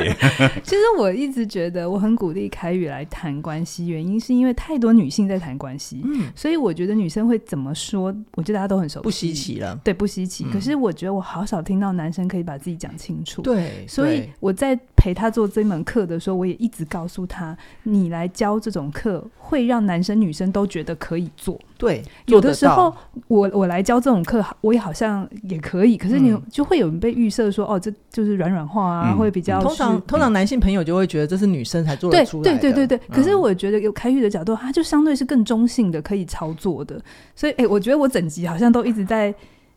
[SPEAKER 2] 其实我一直觉得，我很鼓励凯宇来谈关系，原因是因为太多女性在谈关系，
[SPEAKER 1] 嗯，
[SPEAKER 2] 所以我觉得女生会怎么说，我觉得大家都很熟悉，
[SPEAKER 1] 不稀，奇嗯了。
[SPEAKER 2] 对，不稀奇。可是我觉得我好少听到男生可以把自己讲清楚，
[SPEAKER 1] 对，
[SPEAKER 2] 所以
[SPEAKER 1] 对
[SPEAKER 2] 我在陪他做这门课的时候，我也一直告诉他，你来教这种课会让男生女生都觉得可以做。
[SPEAKER 1] 对，
[SPEAKER 2] 有
[SPEAKER 1] 做
[SPEAKER 2] 的
[SPEAKER 1] 得
[SPEAKER 2] 时候
[SPEAKER 1] 到，
[SPEAKER 2] 我我来教这种课，我也好像也可以，可是你
[SPEAKER 1] 嗯
[SPEAKER 2] 就会有人被预设说，哦，这就是软软化啊，
[SPEAKER 3] 嗯
[SPEAKER 2] 会比较
[SPEAKER 1] 通常
[SPEAKER 2] 是
[SPEAKER 1] 通常男性朋友就会觉得这是女生才做
[SPEAKER 2] 对
[SPEAKER 1] 得出来
[SPEAKER 2] 对
[SPEAKER 1] 的。
[SPEAKER 2] 对对对，
[SPEAKER 1] 嗯
[SPEAKER 2] 可是我觉得有开宇的角度，它就相对是更中性的，可以操作的。所以，哎、我觉得我整集好像都一直在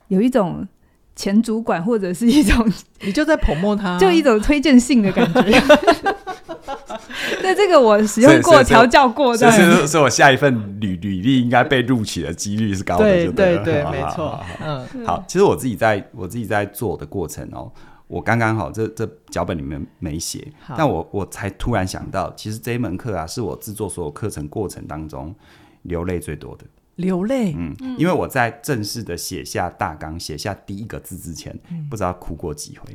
[SPEAKER 2] 有一种前主管或者是一 种、
[SPEAKER 1] 你 就在捧墨他，
[SPEAKER 2] 就一种推荐性的感觉。 对这个我使
[SPEAKER 3] 所以
[SPEAKER 2] 用
[SPEAKER 3] 所
[SPEAKER 2] 过、
[SPEAKER 3] 以
[SPEAKER 2] 调教过
[SPEAKER 3] 所
[SPEAKER 2] 的
[SPEAKER 3] 以，所以所以我下一份履履历应该被录取的几率是高的，
[SPEAKER 1] 对
[SPEAKER 3] 就
[SPEAKER 1] 对
[SPEAKER 3] 了
[SPEAKER 1] 对，
[SPEAKER 3] 好好
[SPEAKER 1] 没
[SPEAKER 3] 好好
[SPEAKER 1] 错
[SPEAKER 3] 好，
[SPEAKER 1] 嗯，
[SPEAKER 3] 好，其实我自己在我自己在做的过程哦，我刚刚好这这脚本里面没写
[SPEAKER 1] 好，
[SPEAKER 3] 但我我才突然想到，其实这一门课啊，是我制作所有课程过程当中流泪最多的。
[SPEAKER 1] 流泪，
[SPEAKER 3] 嗯，因为我在正式的写下大纲、写下第一个字之前，
[SPEAKER 2] 嗯
[SPEAKER 3] 不知道哭过几回，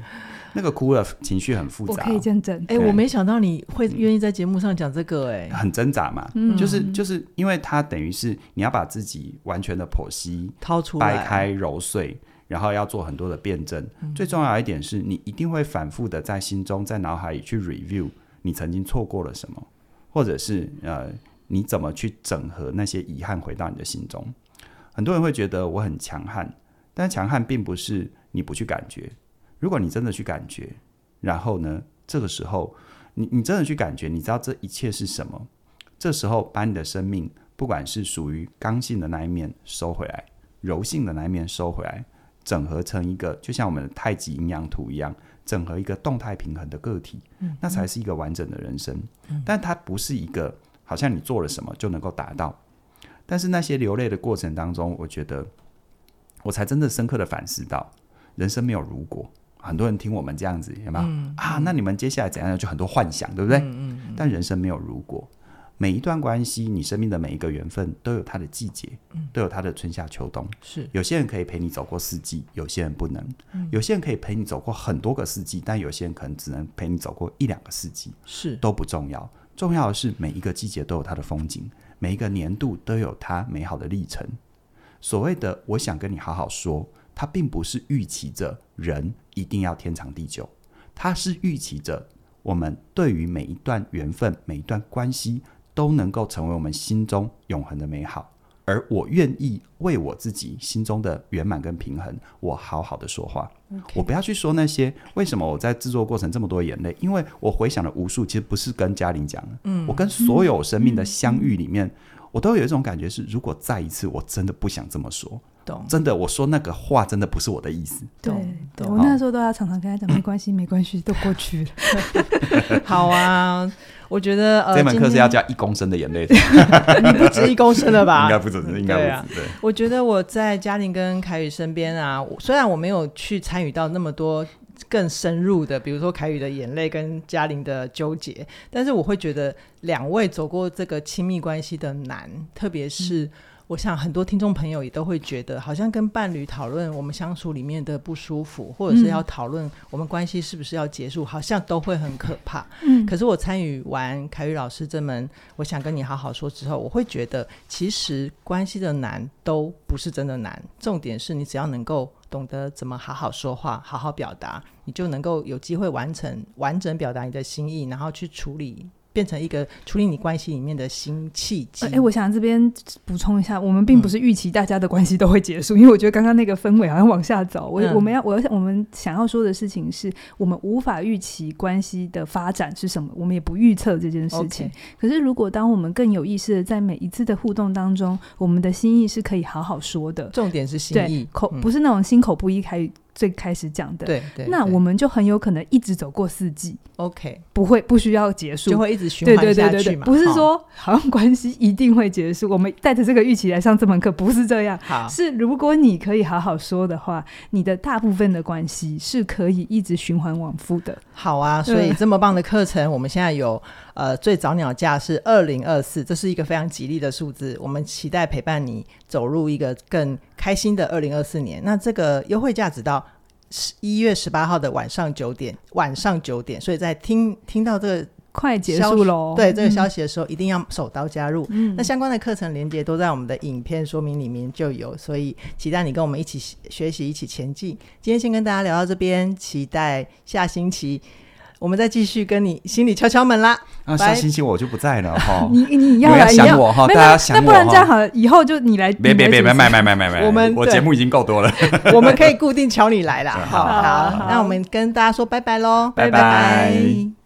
[SPEAKER 3] 那个哭的情绪很复
[SPEAKER 2] 我
[SPEAKER 3] 杂
[SPEAKER 2] 可，以见证。
[SPEAKER 1] 哎，
[SPEAKER 3] 对
[SPEAKER 1] 我没想到你会愿意在节目上讲这个，哎，
[SPEAKER 3] 很挣扎嘛。
[SPEAKER 2] 嗯
[SPEAKER 3] 就是就是因为它等于是你要把自己完全的剖析，
[SPEAKER 1] 掏出来，嗯
[SPEAKER 3] 掰开揉碎，然后要做很多的辩证。最重要一点是你一定会反复的在心中、在脑海里去 review 你曾经错过了什么，或者是呃你怎么去整合那些遗憾回到你的心中。很多人会觉得我很强悍，但强悍并不是你不去感觉。如果你真的去感觉，然后呢，这个时候你你真的去感觉，你知道这一切是什么，这时候把你的生命，不管是属于刚性的那一面收回来，柔性的那一面收回来，整合成一个就像我们的太极阴阳图一样，整合一个动态平衡的个体，那才是一个完整的人生。但它不是一个好像你做了什么就能够达到。但是那些流泪的过程当中，我觉得我才真的深刻的反思到，人生没有如果。很多人听我们这样子，有没有、
[SPEAKER 1] 嗯
[SPEAKER 3] 啊？那你们接下来怎样？就很多幻想，对不对？但人生没有如果，每一段关系，你生命的每一个缘分都有它的季节，都有它的春夏秋冬。
[SPEAKER 1] 是
[SPEAKER 3] 有些人可以陪你走过四季，有些人不能；有些人可以陪你走过很多个四季，但有些人可能只能陪你走过一两个四季，
[SPEAKER 1] 是，
[SPEAKER 3] 都不重要。重要的是每一个季节都有它的风景，每一个年度都有它美好的历程。所谓的我想跟你好好说，它并不是预期着人一定要天长地久，它是预期着我们对于每一段缘分、每一段关系都能够成为我们心中永恒的美好。而我愿意为我自己心中的圆满跟平衡，我好好的说话。我不要去说那些为什么我在制作过程这么多眼泪，因为我回想了无数，其实不是跟嘉玲讲的，嗯，我跟所有生命的相遇里
[SPEAKER 2] 嗯
[SPEAKER 3] 面，我都有一种感觉是，如果再一次，我真的不想这么说，
[SPEAKER 2] 嗯
[SPEAKER 1] 懂，
[SPEAKER 3] 真的，我说那个话真的不是我的意思。
[SPEAKER 2] 对
[SPEAKER 1] 懂，
[SPEAKER 2] 对
[SPEAKER 1] 懂
[SPEAKER 2] 我那时候都要常常跟他讲，没关系，没关系，都过去了。
[SPEAKER 1] 好啊，我觉得呃，
[SPEAKER 3] 这门课
[SPEAKER 1] 今
[SPEAKER 3] 是
[SPEAKER 1] 天
[SPEAKER 3] 要加一公升的眼泪，应
[SPEAKER 1] 不止一公升了吧？
[SPEAKER 3] 该不止，
[SPEAKER 1] 对
[SPEAKER 3] 应该
[SPEAKER 1] 啊
[SPEAKER 3] 不止，对。
[SPEAKER 1] 我觉得我在嘉玲跟凯宇身边啊，我虽然我没有去参与到那么多更深入的，比如说凯宇的眼泪跟嘉玲的纠结，但是我会觉得两位走过这个亲密关系的难，特别是。我想很多听众朋友也都会觉得，好像跟伴侣讨论我们相处里面的不舒服，或者是要讨论我们关系是不是要结束，好像都会很可怕。
[SPEAKER 2] 嗯，
[SPEAKER 1] 可是我参与完凯宇老师这门“我想跟你好好说”之后，我会觉得，其实关系的难都不是真的难，重点是你只要能够懂得怎么好好说话、好好表达，你就能够有机会完成完整表达你的心意，然后去处理变成一个处理你关系里面的新契机。
[SPEAKER 2] 哎、我想这边补充一下，我们并
[SPEAKER 1] 嗯
[SPEAKER 2] 不是预期大家的关系都会结束，因为我觉得刚刚那个氛围好像往下走。我、
[SPEAKER 1] 嗯
[SPEAKER 2] 我们要我要我们想要说的事情是，我们无法预期关系的发展是什么，我们也不预测这件事情。
[SPEAKER 1] OK
[SPEAKER 2] 可是如果当我们更有意识的在每一次的互动当中，我们的心意是可以好好说的，
[SPEAKER 1] 重点是心
[SPEAKER 2] 对
[SPEAKER 1] 意，
[SPEAKER 2] 口、
[SPEAKER 1] 嗯
[SPEAKER 2] 不是那种心口不一开最开始讲的。
[SPEAKER 1] 对对。
[SPEAKER 2] 那
[SPEAKER 1] 对
[SPEAKER 2] 我们就很有可能一直走过四季，
[SPEAKER 1] OK
[SPEAKER 2] 不会不需要结束，
[SPEAKER 1] 就会一直循
[SPEAKER 2] 对
[SPEAKER 1] 环
[SPEAKER 2] 对对
[SPEAKER 1] 下
[SPEAKER 2] 对
[SPEAKER 1] 去
[SPEAKER 2] 对，
[SPEAKER 1] 嘛？
[SPEAKER 2] 不是
[SPEAKER 1] 哈
[SPEAKER 2] 说好像关系一定会结束，我们带着这个预期来上这门课，不是这样。
[SPEAKER 1] 好
[SPEAKER 2] 是如果你可以好好说的话，你的大部分的关系是可以一直循环往复的。
[SPEAKER 1] 好啊，所以这么棒的课程，我们现在有呃最早鸟价是二零二四，这是一个非常吉利的数字，我们期待陪伴你走入一个更开心的二零二四年。那这个优惠价只到。一月十八号的晚上九点，晚上九点，所以在听听到这个
[SPEAKER 2] 快结
[SPEAKER 1] 消
[SPEAKER 2] 束喽！
[SPEAKER 1] 对这个消
[SPEAKER 2] 息，
[SPEAKER 1] 息的时候，一定要手刀加入。
[SPEAKER 2] 嗯。
[SPEAKER 1] 那相关的课程连接都在我们的影片说明里面就有，所以期待你跟我们一起学学习，一起前进。今天先跟大家聊到这边，期待下星期我们再继续跟你心里敲敲门啦。
[SPEAKER 3] 啊，
[SPEAKER 1] 拜
[SPEAKER 3] 下星期我就不在了哈
[SPEAKER 2] 你你
[SPEAKER 3] 你
[SPEAKER 2] 要
[SPEAKER 3] 们
[SPEAKER 2] 来，
[SPEAKER 3] 要
[SPEAKER 2] 你
[SPEAKER 3] 哦想我哈，
[SPEAKER 2] 没
[SPEAKER 3] 大
[SPEAKER 2] 有
[SPEAKER 3] 家
[SPEAKER 2] 那
[SPEAKER 3] 想
[SPEAKER 2] 不
[SPEAKER 3] 我
[SPEAKER 2] 然这样
[SPEAKER 3] 哈。
[SPEAKER 2] 好了，以后就你来，
[SPEAKER 3] 别别别别
[SPEAKER 2] 买
[SPEAKER 3] 买买买买买！
[SPEAKER 1] 我们
[SPEAKER 3] 我
[SPEAKER 1] 对
[SPEAKER 3] 节目已经够多了，
[SPEAKER 1] 我们可以固定瞧你来啦。好
[SPEAKER 3] 好
[SPEAKER 2] 好好
[SPEAKER 1] 那我们跟大家说拜拜喽，
[SPEAKER 3] 拜
[SPEAKER 2] 拜
[SPEAKER 3] 拜。